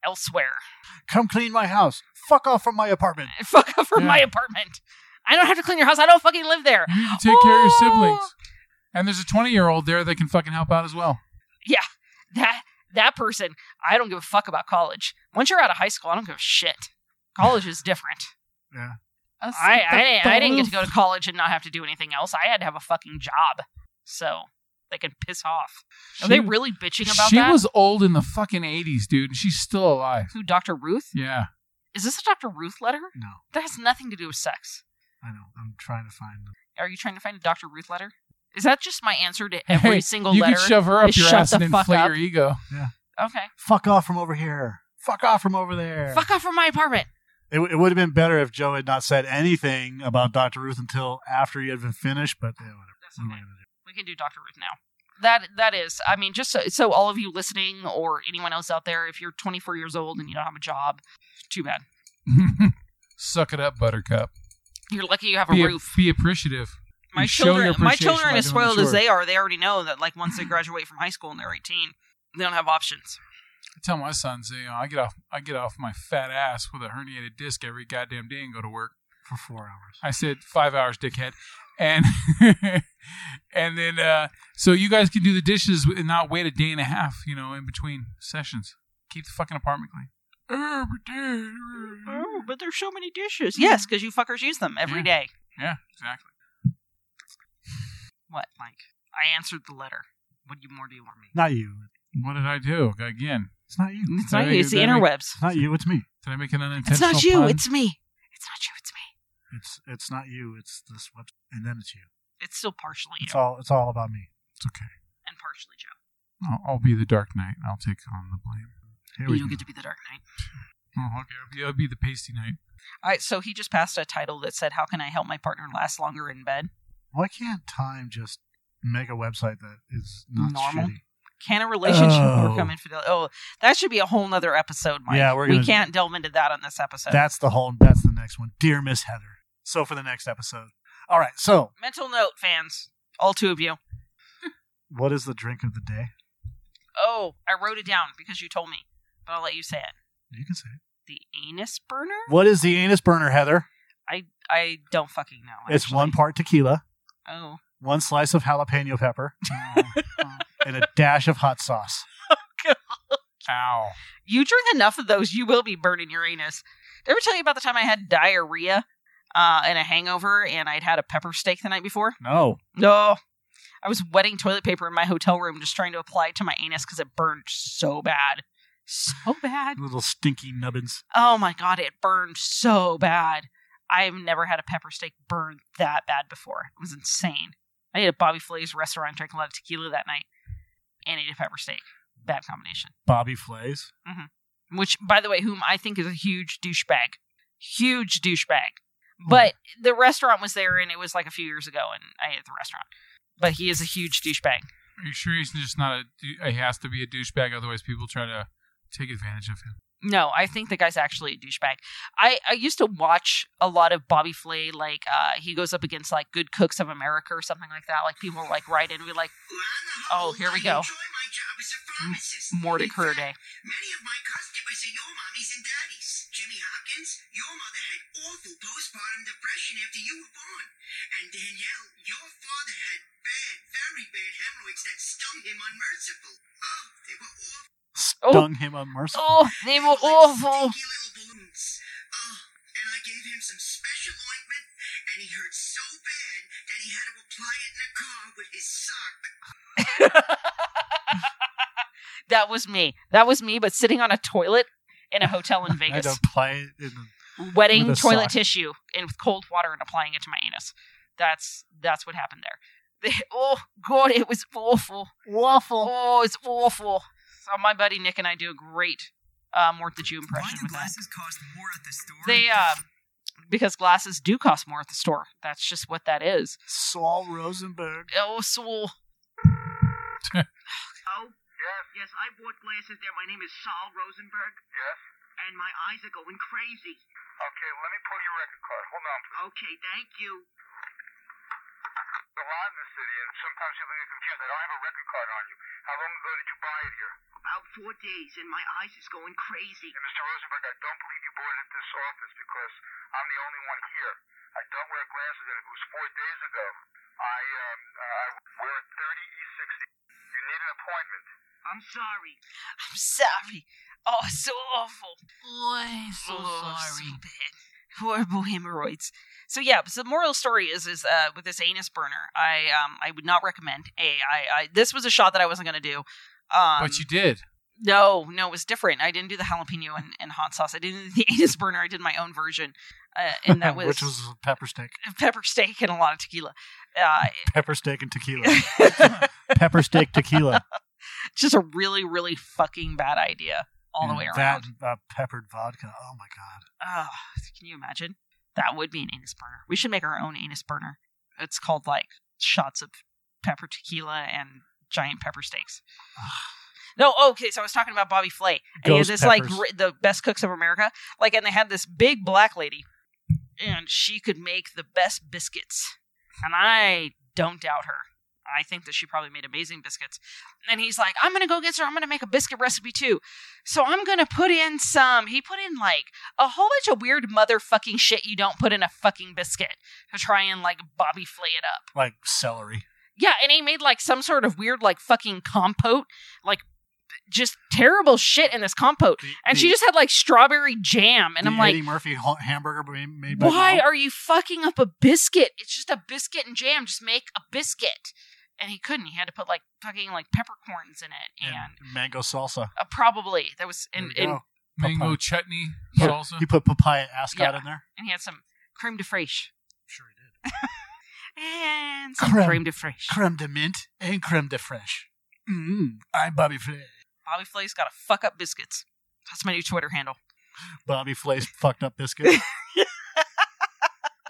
Speaker 2: elsewhere. *laughs*
Speaker 1: Come clean my house. Fuck off from my apartment.
Speaker 2: Fuck off from
Speaker 3: Yeah.
Speaker 2: my apartment. I don't have to clean your house. I don't fucking live there.
Speaker 3: You need to take care of your
Speaker 2: Oh.
Speaker 3: siblings. And there's a 20 year old there that can fucking help out as well.
Speaker 2: that that person, I don't give a fuck about college. Once you're out of high school, I don't give a shit. College is different.
Speaker 1: Yeah.
Speaker 2: I I, didn't- I didn't get to go to college and not have to do anything else. I had to have a fucking job, so they can piss off. Are they
Speaker 3: She-
Speaker 2: really bitching about
Speaker 3: she
Speaker 2: that?
Speaker 3: was old in the fucking 80s, dude, and she's still alive.
Speaker 2: Who Dr. Ruth?
Speaker 3: Yeah.
Speaker 2: Is this a Dr. Ruth letter?
Speaker 1: No,
Speaker 2: That has nothing to do with sex.
Speaker 1: I know. I'm trying to find them.
Speaker 2: Are you trying to find a Dr. Ruth letter? Is that just my answer to every
Speaker 3: Hey,
Speaker 2: single
Speaker 3: you
Speaker 2: letter?
Speaker 3: could shove her up
Speaker 2: is
Speaker 3: your
Speaker 2: shut
Speaker 3: ass
Speaker 2: the
Speaker 3: and
Speaker 2: fuck
Speaker 3: inflate
Speaker 2: up.
Speaker 3: your ego. *laughs*
Speaker 2: okay.
Speaker 1: Fuck off from over here. Fuck off from over there.
Speaker 2: Fuck off from my apartment.
Speaker 1: It, it would have been better if Joe had not said anything about Dr. Ruth until after he had been finished, but yeah, whatever.
Speaker 2: That's
Speaker 1: What
Speaker 3: Hmm.
Speaker 1: am I
Speaker 2: okay.
Speaker 1: gonna do?
Speaker 2: we can do Dr. Ruth now. That that is, I mean, just so, so all of you listening or anyone else out there, if you're 24 years old and you don't have a job, too bad.
Speaker 3: Suck it up, Buttercup.
Speaker 2: You're lucky you have a
Speaker 3: Be,
Speaker 2: roof.
Speaker 3: be appreciative.
Speaker 2: my
Speaker 3: you show
Speaker 2: children,
Speaker 3: your
Speaker 2: my
Speaker 3: appreciation
Speaker 2: children,
Speaker 3: by
Speaker 2: as
Speaker 3: doing the
Speaker 2: spoiled as
Speaker 3: chore.
Speaker 2: they are, they already know that like once they graduate from high school and they're 18, they don't have options.
Speaker 3: I tell my sons, you know, I get off, I get off my fat ass with a herniated disc every goddamn day and go to work.
Speaker 1: For four hours.
Speaker 3: I said five hours, dickhead, and *laughs* and then uh, so you guys can do the dishes and not wait a day and a half, you know, in between sessions. Keep the fucking apartment clean. Every day.
Speaker 2: Oh, but there's so many dishes. Yes, because you fuckers use them every
Speaker 3: Yeah.
Speaker 2: day.
Speaker 3: Yeah, exactly.
Speaker 2: What, Mike? I answered the letter. What do you more do you want me?
Speaker 1: Not you.
Speaker 3: What did I do again?
Speaker 1: It's not you.
Speaker 2: It's
Speaker 3: Did I
Speaker 2: not you.
Speaker 3: make-
Speaker 2: It's the
Speaker 3: did I make-
Speaker 2: interwebs.
Speaker 1: It's not you. It's me.
Speaker 3: Did I make an unintentional?
Speaker 2: It's not you.
Speaker 3: pun?
Speaker 2: It's me. It's not you. It's me.
Speaker 1: It's it's not you. It's this website. And then it's you.
Speaker 2: It's still partially
Speaker 1: It's
Speaker 2: you
Speaker 1: all it's all about me.
Speaker 3: It's okay.
Speaker 2: and partially Joe.
Speaker 3: I'll, I'll be the Dark Knight. and I'll take on the blame.
Speaker 1: Here
Speaker 2: You
Speaker 1: we
Speaker 2: don't
Speaker 1: go.
Speaker 2: get to be the Dark Knight.
Speaker 3: Oh, okay, I'll be, I'll be the pasty knight.
Speaker 2: All right, so he just passed a title that said, "How can I help my partner last longer in bed?"
Speaker 1: Why can't time just make a website that is not
Speaker 2: Normal?
Speaker 1: shitty?
Speaker 2: Can a relationship
Speaker 1: Oh.
Speaker 2: overcome infidelity? Oh, that should be a whole nother episode, Mike.
Speaker 1: Yeah, we're
Speaker 2: we
Speaker 1: gonna-
Speaker 2: can't delve into that on this episode.
Speaker 1: That's the whole that's the next one. Dear Miss Heather. So for the next episode. All right, so
Speaker 2: Mental note, fans, all two of you.
Speaker 1: what is the drink of the day?
Speaker 2: Oh, I wrote it down because you told me, but I'll let you say it.
Speaker 1: You can say it.
Speaker 2: The anus burner?
Speaker 1: What is the anus burner, Heather?
Speaker 2: I I don't fucking know.
Speaker 1: It's
Speaker 2: actually.
Speaker 1: one part tequila,
Speaker 2: Oh,
Speaker 1: one slice of jalapeno
Speaker 2: *laughs*
Speaker 1: pepper,
Speaker 3: Oh,
Speaker 1: and a dash of hot sauce.
Speaker 3: ow.
Speaker 2: you drink enough of those, you will be burning your anus. Did I ever tell you about the time I had diarrhea uh, and a hangover and I'd had a pepper steak the night before?
Speaker 1: No.
Speaker 2: No. I was wetting toilet paper in my hotel room just trying to apply it to my anus because it burned so bad. So bad.
Speaker 1: Little stinky nubbins.
Speaker 2: Oh my God, it burned so bad. I've never had a pepper steak burn that bad before. It was insane. I ate at Bobby Flay's restaurant, drank a lot of tequila that night, and ate a pepper steak. Bad combination.
Speaker 1: Bobby Flays.
Speaker 2: which by the way whom i think is a huge douchebag huge douchebag but the restaurant was there and it was like a few years ago and i ate at the restaurant but he is a huge douchebag
Speaker 3: Are you sure he's just not a? dou- He has to be a douchebag, otherwise people try to take advantage of him.
Speaker 2: No, I think the guy's actually a douchebag. I, I used to watch a lot of Bobby Flay, like uh, he goes up against like Good Cooks of America or something like that. Like people were like right in and be like,
Speaker 4: Oh, here we go.
Speaker 2: Mm, more to career day.
Speaker 4: Many of my customers are your mommies and daddies. Jimmy Hopkins, your mother had awful postpartum depression after you were born. And Danielle, your father had bad, very bad hemorrhoids that stung him unmerciful. Oh, they were awful.
Speaker 1: Stung him unmercifully.
Speaker 2: Oh, they were
Speaker 4: Like
Speaker 2: awful.
Speaker 4: stinky little balloons. Oh, and I gave him some special ointment, and he hurt so bad that he had to apply it in a car with his sock.
Speaker 2: that was me. That was me, but sitting on a toilet in a hotel in
Speaker 1: I had
Speaker 2: Vegas,
Speaker 1: to apply it in
Speaker 2: *gasps* wetting
Speaker 1: with a
Speaker 2: toilet
Speaker 1: sock.
Speaker 2: tissue and with cold water and applying it to my anus. That's that's what happened there. *laughs* They- oh God, it was awful.
Speaker 1: waffle.
Speaker 2: Oh, it's awful. So my buddy Nick and I do a great uh, Mort the Jew impression with that.
Speaker 4: cost more at the store?
Speaker 2: They um, because glasses do cost more at the store. That's just what that is.
Speaker 1: Saul Rosenberg.
Speaker 2: Oh, so
Speaker 4: Oh, uh, yes, I bought glasses there. My name is Saul Rosenberg. Yes. And my eyes are going crazy.
Speaker 5: Okay, let me pull your record card. Hold on. please.
Speaker 4: Okay, thank you.
Speaker 5: It's a lot in the city, and sometimes you'll get confused. I don't have a record card on you. How long ago did you buy it here?
Speaker 4: About four days, and my eyes is going crazy.
Speaker 5: And Mr. Rosenberg, I don't believe you bought it at this office because I'm the only one here. I don't wear glasses, and it was four days ago. I um, uh, I wear a 30 E60. You need an appointment.
Speaker 4: I'm sorry.
Speaker 2: I'm sorry. Oh, it's so awful. Oh,
Speaker 4: Boy,
Speaker 2: so bad. Horrible hemorrhoids. So yeah, so the moral story is is uh, with this anus burner, I um I would not recommend. A I, I this was a shot that I wasn't gonna do. Um,
Speaker 3: but you did.
Speaker 2: No, no, it was different. I didn't do the jalapeno and, and hot sauce. I didn't do the *laughs* anus burner. I did my own version, uh, and
Speaker 1: *laughs*
Speaker 2: that was
Speaker 1: which was a pepper steak,
Speaker 2: pepper steak and a lot of tequila. Uh,
Speaker 1: *laughs*
Speaker 2: *laughs*
Speaker 1: pepper steak and tequila, pepper steak tequila.
Speaker 2: just a really, really fucking bad idea all the
Speaker 1: And
Speaker 2: way
Speaker 1: That
Speaker 2: around.
Speaker 1: and, uh, peppered vodka. Oh my god.
Speaker 2: Oh, can you imagine? That would be an anus burner. We should make our own anus burner. It's called like shots of pepper tequila and giant pepper steaks. No, okay. So I was talking about Bobby Flay. And he had
Speaker 1: Ghost
Speaker 2: this like
Speaker 1: peppers.
Speaker 2: gr- the best cooks of America. Like, and they had this big black lady, and she could make the best biscuits. And I don't doubt her. I think that she probably made amazing biscuits. And he's like, I'm gonna go get her. I'm gonna make a biscuit recipe too. So I'm gonna put in some. He put in like a whole bunch of weird motherfucking shit you don't put in a fucking biscuit to try and like Bobby Flay it up.
Speaker 1: Like celery.
Speaker 2: Yeah, and he made like some sort of weird like fucking compote, like just terrible shit in this compote.
Speaker 1: The-
Speaker 2: And
Speaker 1: the-
Speaker 2: she just had like strawberry jam, and
Speaker 1: the
Speaker 2: I'm like,
Speaker 1: Eddie Murphy ha- hamburger ma- made by
Speaker 2: why
Speaker 1: mom.
Speaker 2: are you fucking up a biscuit? It's just a biscuit and jam. Just make a biscuit. And he couldn't. He had to put like fucking like peppercorns in it, and,
Speaker 1: and mango salsa?
Speaker 2: uh, probably that was
Speaker 1: There
Speaker 2: and,
Speaker 1: you
Speaker 2: and
Speaker 1: go.
Speaker 3: Mango
Speaker 1: Papaya.
Speaker 3: chutney
Speaker 1: Yeah.
Speaker 3: salsa.
Speaker 1: He put papaya ascot
Speaker 2: Yeah.
Speaker 1: in there.
Speaker 2: and he had some creme de fraiche
Speaker 1: Sure he did.
Speaker 2: and some creme,
Speaker 1: Creme.
Speaker 2: de fraiche.
Speaker 1: Creme de mint and creme de fresh. Mm, I'm Bobby Flay.
Speaker 2: Bobby Flay's got to fuck up biscuits. That's my new Twitter handle.
Speaker 1: Bobby Flay's fucked up
Speaker 2: *laughs*
Speaker 1: biscuit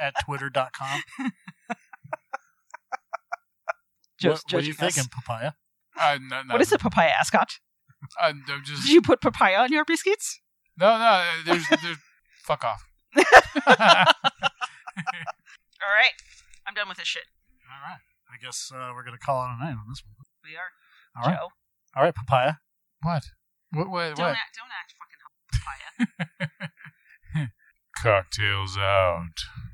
Speaker 1: at twitter.com.
Speaker 2: Just
Speaker 1: what, what are you
Speaker 2: judging us.
Speaker 1: thinking, papaya?
Speaker 3: Uh, no, no, Uh,
Speaker 2: What is a papaya ascot?
Speaker 3: I'm, I'm just
Speaker 2: Did you put papaya on your biscuits?
Speaker 3: no, no. There's, there's fuck off. *laughs*
Speaker 2: All right. I'm done with this shit.
Speaker 1: All right. I guess uh, we're going to call it a night on this one.
Speaker 2: We are.
Speaker 1: All right.
Speaker 2: Joe,
Speaker 1: All right, papaya.
Speaker 3: what? What? What?
Speaker 2: don't,
Speaker 3: what?
Speaker 2: Act, don't act fucking hot, papaya.
Speaker 3: Cocktails out.